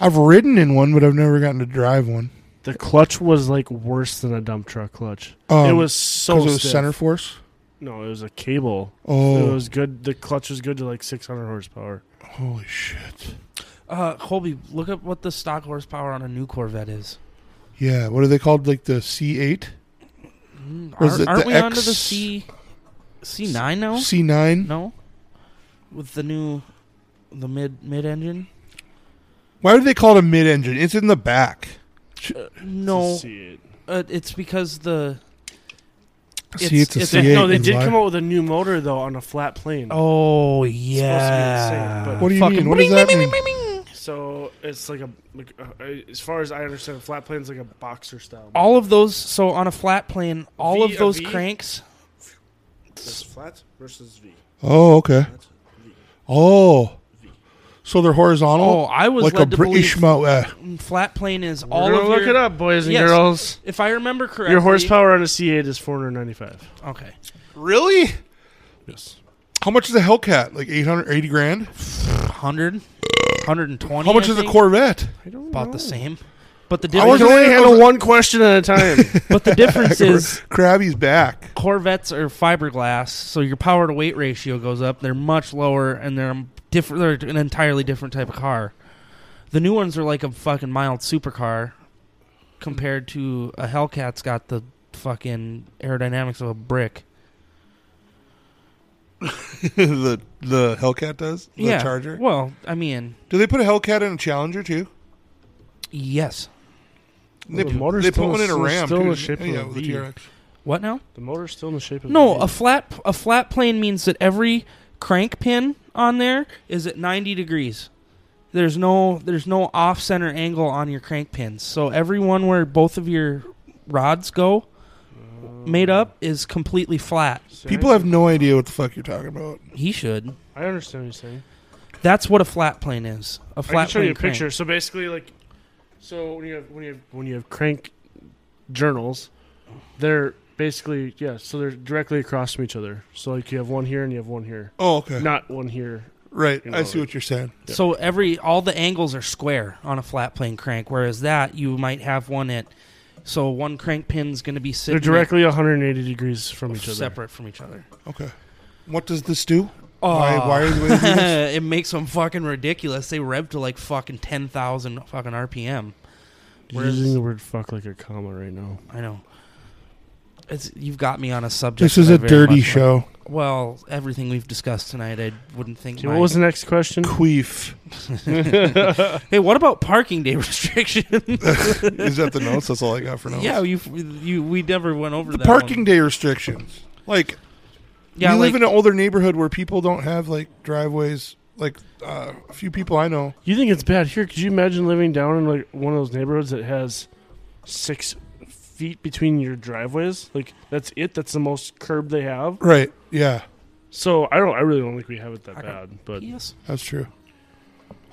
I've ridden in one, but I've never gotten to drive one. The clutch was like worse than a dump truck clutch. Um, it was so 'cause it was stiff. center force. No, it was a cable. Oh, It was good. The clutch was good to like 600 horsepower. holy shit! Uh, Colby, look up what the stock horsepower on a new Corvette is. Yeah, what are they called? Like the C8, Mm, Was aren't it aren't the we onto the X- C C nine now? C9. No, with the new the mid mid engine. Why do they call it a mid-engine? It's in the back. No, It's a C8. uh, it's because the It's- See, it's a it's a- C8. no, they it's did li- come out with a new motor though on a flat plane. oh yeah. yeah. What do you Fucking mean? What does that mean? So it's like a like, uh, as far as I understand, a flat plane's like a boxer style. all of those so on a flat plane all of V, a those V? cranks That's flat versus V. Oh, okay. That's V. Oh, so they're horizontal, oh i was like a led to British believe mo- uh, flat plane is All all We're of gonna look your, it up, boys and Yes. girls. if i remember correctly Your horsepower on a C8 is 495. okay Really? Yes. How much is a Hellcat? Like 880 grand? 100 120 How much I is a think, Corvette? I don't about the same but the I I can wasn't- difference, only I handle was- one question at a time. but the difference is Krabby's back. Corvettes are fiberglass, so your power to weight ratio goes up. They're much lower, and they're different. They're an entirely different type of car. The new ones are like a fucking mild supercar compared to a Hellcat's got the fucking aerodynamics of a brick. the the Hellcat does? The yeah, Charger? Well, I mean, Do they put a Hellcat in a Challenger too? yes. They, the put- motor's they put still- one in a still- Ram still too. in the didn't shape they? of yeah, a with the V. TRX. What now? the motor's still in the shape of No, a a flat a flat plane means that every crank pin on there is at 90 degrees. There's no there's no off center angle on your crank pins. So every one where both of your rods go made up is completely flat. See, People I, have no idea what the fuck you're talking about. He should. I understand what you're saying. That's what a flat plane is. A I flat can show plane you a crank. picture. So basically, like, so when you have when you have when you have crank journals, they're basically yeah. So they're directly across from each other. So like you have one here and you have one here, Oh, okay. not one here. right. You know, I see what you're saying. Yeah. So every all the angles are square on a flat plane crank, whereas that you might have one at. So one crank pin's going to be They're sitting at- directly 180 degrees from each other. separate from each other. Okay. What does this do? Oh. Why, why are the way they do this? it makes them fucking ridiculous. They rev to like fucking ten thousand fucking RPM. You're Whereas- using the word fuck like a comma right now. I know. It's you've got me on a subject. This is that I a very dirty much like. show. Well, everything we've discussed tonight, I wouldn't think. Okay, what my- was the next question? Queef. hey, what about parking day restrictions? is that the notes? That's all I got for notes. yeah, you you we never went over the that one. parking day restrictions. Like Yeah, you like, live in an older neighborhood where people don't have like driveways. Like uh, a few people I know. You think it's bad here? Could you imagine living down in like one of those neighborhoods that has six feet between your driveways. Like that's it. That's the most curb they have. Right. Yeah. So I don't. I really don't think we have it that I don't- bad. But Yes. That's true.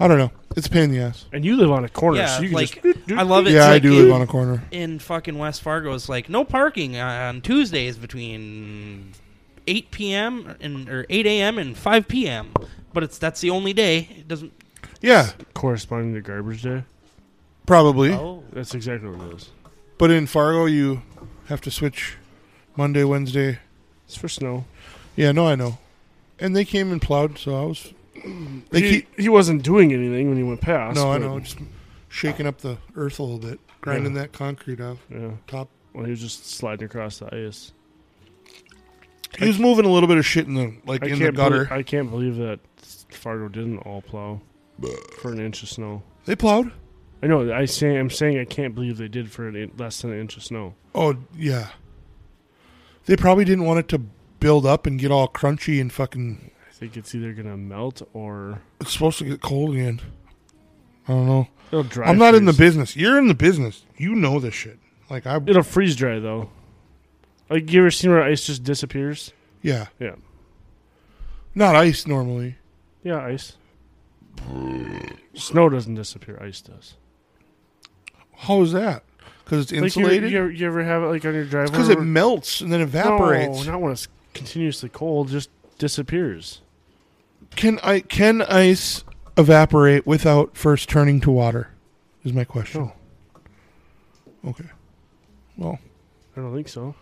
I don't know. It's a pain in the ass. and you live on a corner, Yeah, so you can like, just. I love it. yeah, It's I like do in- live on a corner. in fucking West Fargo it's like no parking on Tuesdays between 8 p.m. and or 8 a.m. and 5 p.m. But it's that's the only day. It doesn't. Yeah, corresponding to garbage day. probably. Oh, That's exactly what it is. But in Fargo, you have to switch Monday, Wednesday. It's for snow. Yeah, no, I know. And they came and plowed, so I was. They he, keep. he wasn't doing anything when he went past. No, I but- know. Just shaking up the earth a little bit, grinding that concrete off Yeah. top. Well, he was just sliding across the ice. He was moving a little bit of shit in the like I in the can't. gutter. Believe, I can't believe that Fargo didn't all plow for an inch of snow. they plowed. I know. I say I'm saying I can't believe they did for an in, less than an inch of snow. Oh yeah. They probably didn't want it to build up and get all crunchy and fucking. I think it's either gonna melt or It's supposed to get cold again. I don't know. it'll dry. I'm not in the freeze. business. You're in the business. You know this shit. Like I. It'll freeze dry though. Like you ever seen where ice just disappears? Yeah. Yeah. Not ice normally. Yeah, ice. Snow doesn't disappear. Ice does. How is that? Because it's Like you, insulated. you, ever, you ever have it like on your driveway? Because it melts and then evaporates. No, not when it's continuously cold. Just disappears. Can I can ice evaporate without first turning to water? Is my question. Okay. Well, I don't think so.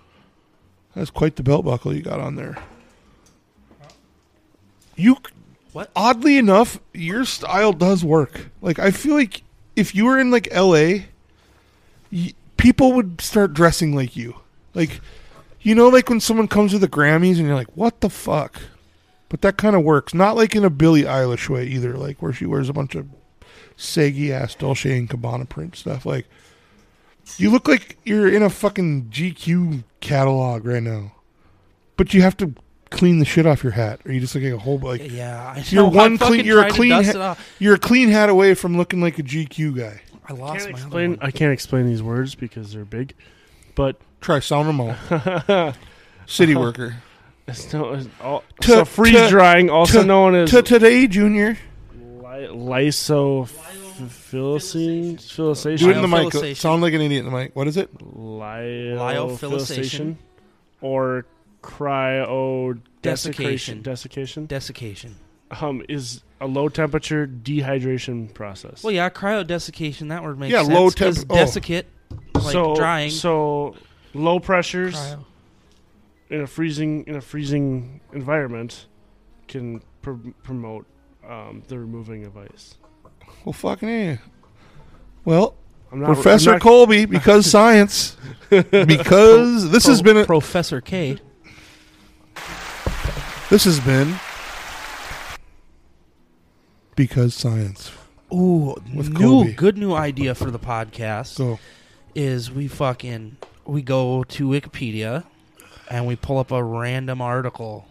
that's quite the belt buckle you got on there. You c- What? Oddly enough, your style does work. Like I feel like if you were in like L.A., y- people would start dressing like you. Like, you know, like when someone comes to the Grammys and you're like, "What the fuck?" But that kind of works. Not like in a Billie Eilish way either. Like where she wears a bunch of saggy ass Dolce and Cabana print stuff. Like, you look like you're in a fucking GQ catalog right now, but you have to clean the shit off your hat, or you just look like a whole like yeah. I You're know, one I clean- fucking you're a tried to clean dust he- it off. you're a clean hat away from looking like a GQ guy. I lost my other can't explain, one. I can't explain these words because they're big, but Try sound them all. City worker. it's no. It's all, Tu- so freeze tu- drying, also tu- known as To today, Junior. li- lysophilicine, Do it in the philization, mic. Lyophilization. Sound like an idiot in the mic. What is it? lyophilization, or cryo Desiccation. desiccation, desiccation. desiccation. Um, is a low temperature dehydration process. Well, yeah, cryodesiccation. That word makes Yeah, sense. low 'cause temp- oh. Desiccate, like so drying. so low pressures cryo. in a freezing in a freezing environment can pr- promote um, the removing of ice. Well, fucking a. Well, I'm not, Professor I'm not- Colby, because science, because this has been a, Professor K. this has been because science. Ooh, With new Colby. good new idea for the podcast. So is we fucking we go to Wikipedia and we pull up a random article.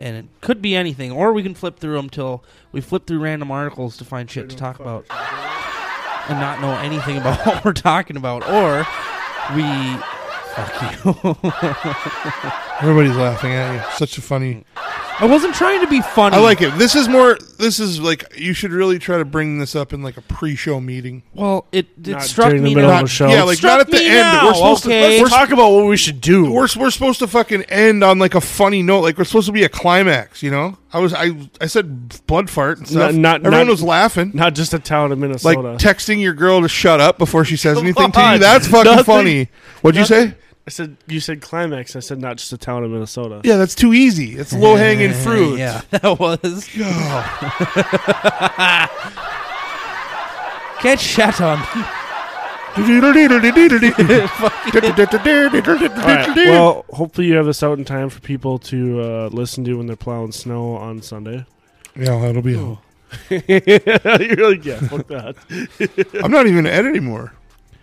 And it could be anything, or we can flip through them till we flip through random articles to find shit to talk about and not know anything about what we're talking about. Or we. Fuck you. everybody's laughing at you. Such a funny. I wasn't trying to be funny. I like it. This is more. This is like you should really try to bring this up in like a pre-show meeting. Well, it, it Not struck during the me. middle now- of a show. yeah, like Struck not at the me end. now, We're supposed to. okay? We're, Let's talk about what we should do. we're we're supposed to fucking end on like a funny note. Like we're supposed to be a climax. You know, I was I I said blood fart and stuff. Not- not- Everyone not- was laughing. not just a town of Like Minnesota. texting your girl to shut up before she says anything to you. on. That's fucking Nothing- funny. What'd you say? I said you said climax. I said not just a town of Minnesota. Yeah, that's too easy. It's low hanging fruit. Yeah, that was. Oh, Get shut on. All right, well, hopefully you have this out in time for people to uh, listen to when they're plowing snow on Sunday. yeah, that'll be. it. You're like, yeah, fuck that. I'm not even gonna edit anymore.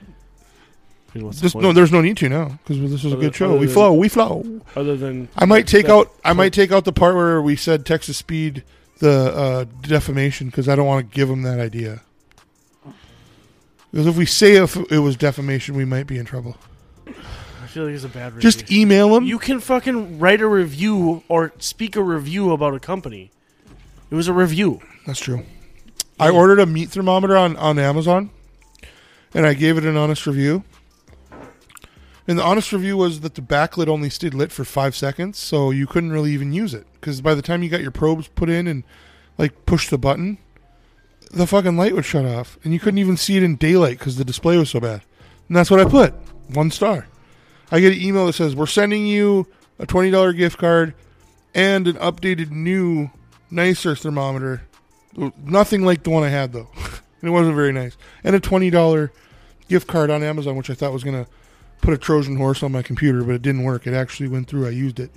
I mean, what's the Just, point? no, there's no need to now because this was a Other- good show. other We than- flow. We flow. Other than I might take that- out. I might take out the part where we said Texas Speed the uh, defamation because I don't want to give them that idea. Because if we say if it was defamation, we might be in trouble. I feel like it's a bad review. Just email them. you can fucking write a review or speak a review about a company. It was a review. That's true. I ordered a meat thermometer on, on Amazon and I gave it an honest review. And the honest review was that the backlit only stayed lit for five seconds, so you couldn't really even use it. Because by the time you got your probes put in and like push the button, the fucking light would shut off. And you couldn't even see it in daylight because the display was so bad. And that's what I put one star. I get an email that says, We're sending you a $20 gift card and an updated new, nicer thermometer Nothing like the one I had though, and it wasn't very nice. And a twenty dollar gift card on Amazon, which I thought was gonna put a Trojan horse on my computer, but it didn't work. It actually went through. I used it,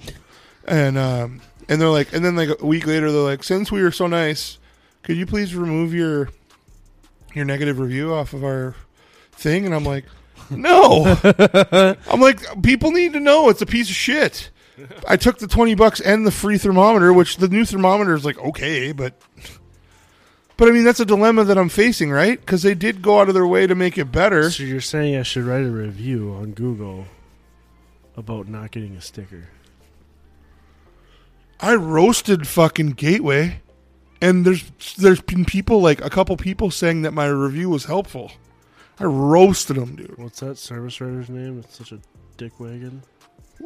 and um, and they're like, and then like a week later, they're like, since we were so nice, could you please remove your your negative review off of our thing? And I'm like, no. I'm like, people need to know it's a piece of shit. I took the twenty bucks and the free thermometer, which the new thermometer is like okay, but but I mean, that's a dilemma that I'm facing, right? Because they did go out of their way to make it better. So you're saying I should write a review on Google about not getting a sticker? I roasted fucking Gateway, and there's there's been people like a couple people saying that my review was helpful. I roasted them, dude. What's that service writer's name? It's such a dick wagon.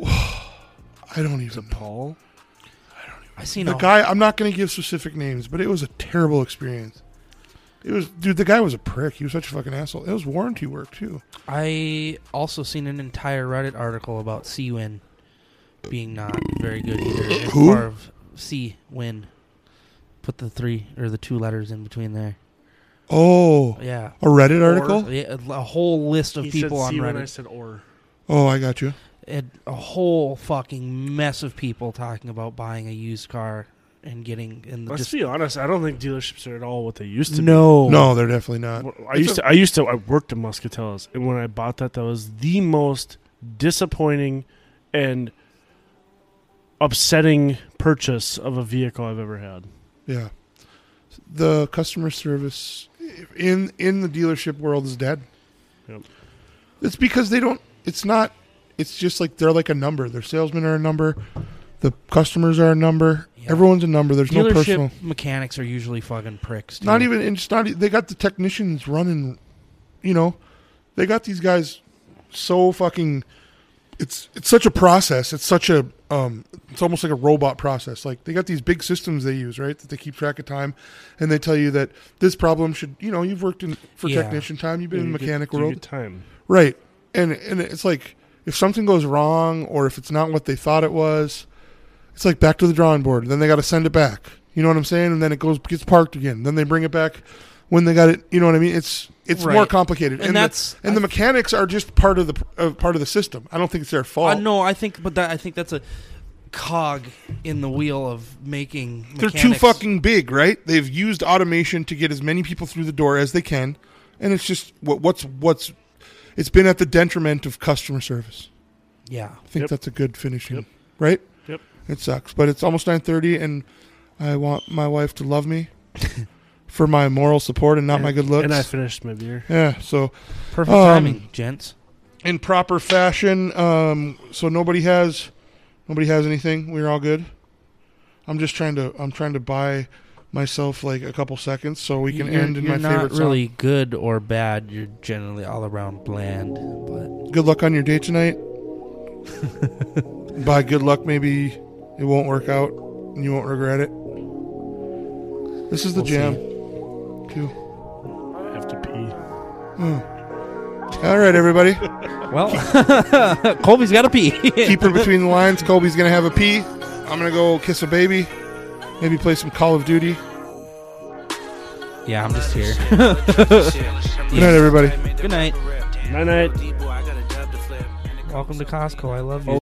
I don't even. know. Paul. I seen The a- guy, I'm not going to give specific names, but it was a terrible experience. It was, dude. The guy was a prick. He was such a fucking asshole. It was warranty work too. I also seen an entire Reddit article about C Win being not very good either. as Who? far of C Win. Put the three or the two letters in between there. Oh, Yeah. a Reddit Or- article. yeah, a whole list of He people said on C when I Reddit. said or. Oh, I got you. It, a whole fucking mess of people talking about buying a used car and getting in the Let's just be honest. I don't think dealerships are at all what they used to. no No, they're definitely not. Be. I used to. I used to. I worked at Muscatellas, and when I bought that, that was the most disappointing and upsetting purchase of a vehicle I've ever had. Yeah. The customer service in in the dealership world is dead. Yep. It's because they don't it's not it's just like they're like a number. Their salesmen are a number. The customers are a number. Yeah. Everyone's a number. There's no Dealership personal. mechanics are usually fucking pricks. dude. Not even it's not e- they got the technicians running you know. They got these guys so fucking it's it's such a process. It's such a um, it's almost like a robot process. Like they got these big systems they use, right? That they keep track of time, and they tell you that this problem should. You know, you've worked in for Yeah. technician time. You've been in You the get- mechanic you world, get time. right? And and it's like if something goes wrong or if it's not what they thought it was, it's like back to the drawing board. Then they got to send it back. You know what I'm saying? And then it goes gets parked again. Then they bring it back when they got it. You know what I mean? It's it's more Right. complicated, And the- that's- and the mechanics are just part of the uh, part of the system. I don't think it's their fault. Uh, no, I think, but that I think that's a cog in the wheel of making. They're too mechanics- fucking big, right? They've used automation to get as many people through the door as they can, and it's just what, what's what's it's been at the detriment of customer service. Yeah, I think Yep. that's a good finishing, Yep. right? Yep. It sucks, but it's almost nine thirty, and I want my wife to love me for my moral support and not my good looks. And I finished my beer. yeah, so perfect Um, timing, gents. in proper fashion. Um, so nobody has nobody has anything. We're all good. I'm just trying to I'm trying to buy myself like a couple seconds so we can You're- end in my you're not favorite really good or bad. You're generally all around bland. But song. Good luck on your date tonight. By good luck, maybe it won't work out and you won't regret it. This is the We'll jam. Too. I have to pee. All right, everybody. well, Colby's got to pee. Keep her between the lines. Colby's gonna have a pee. I'm gonna go kiss a baby. Maybe play some Call of Duty. yeah, I'm just here. Good night, everybody. Good night. Night night. Welcome to Costco. I love you.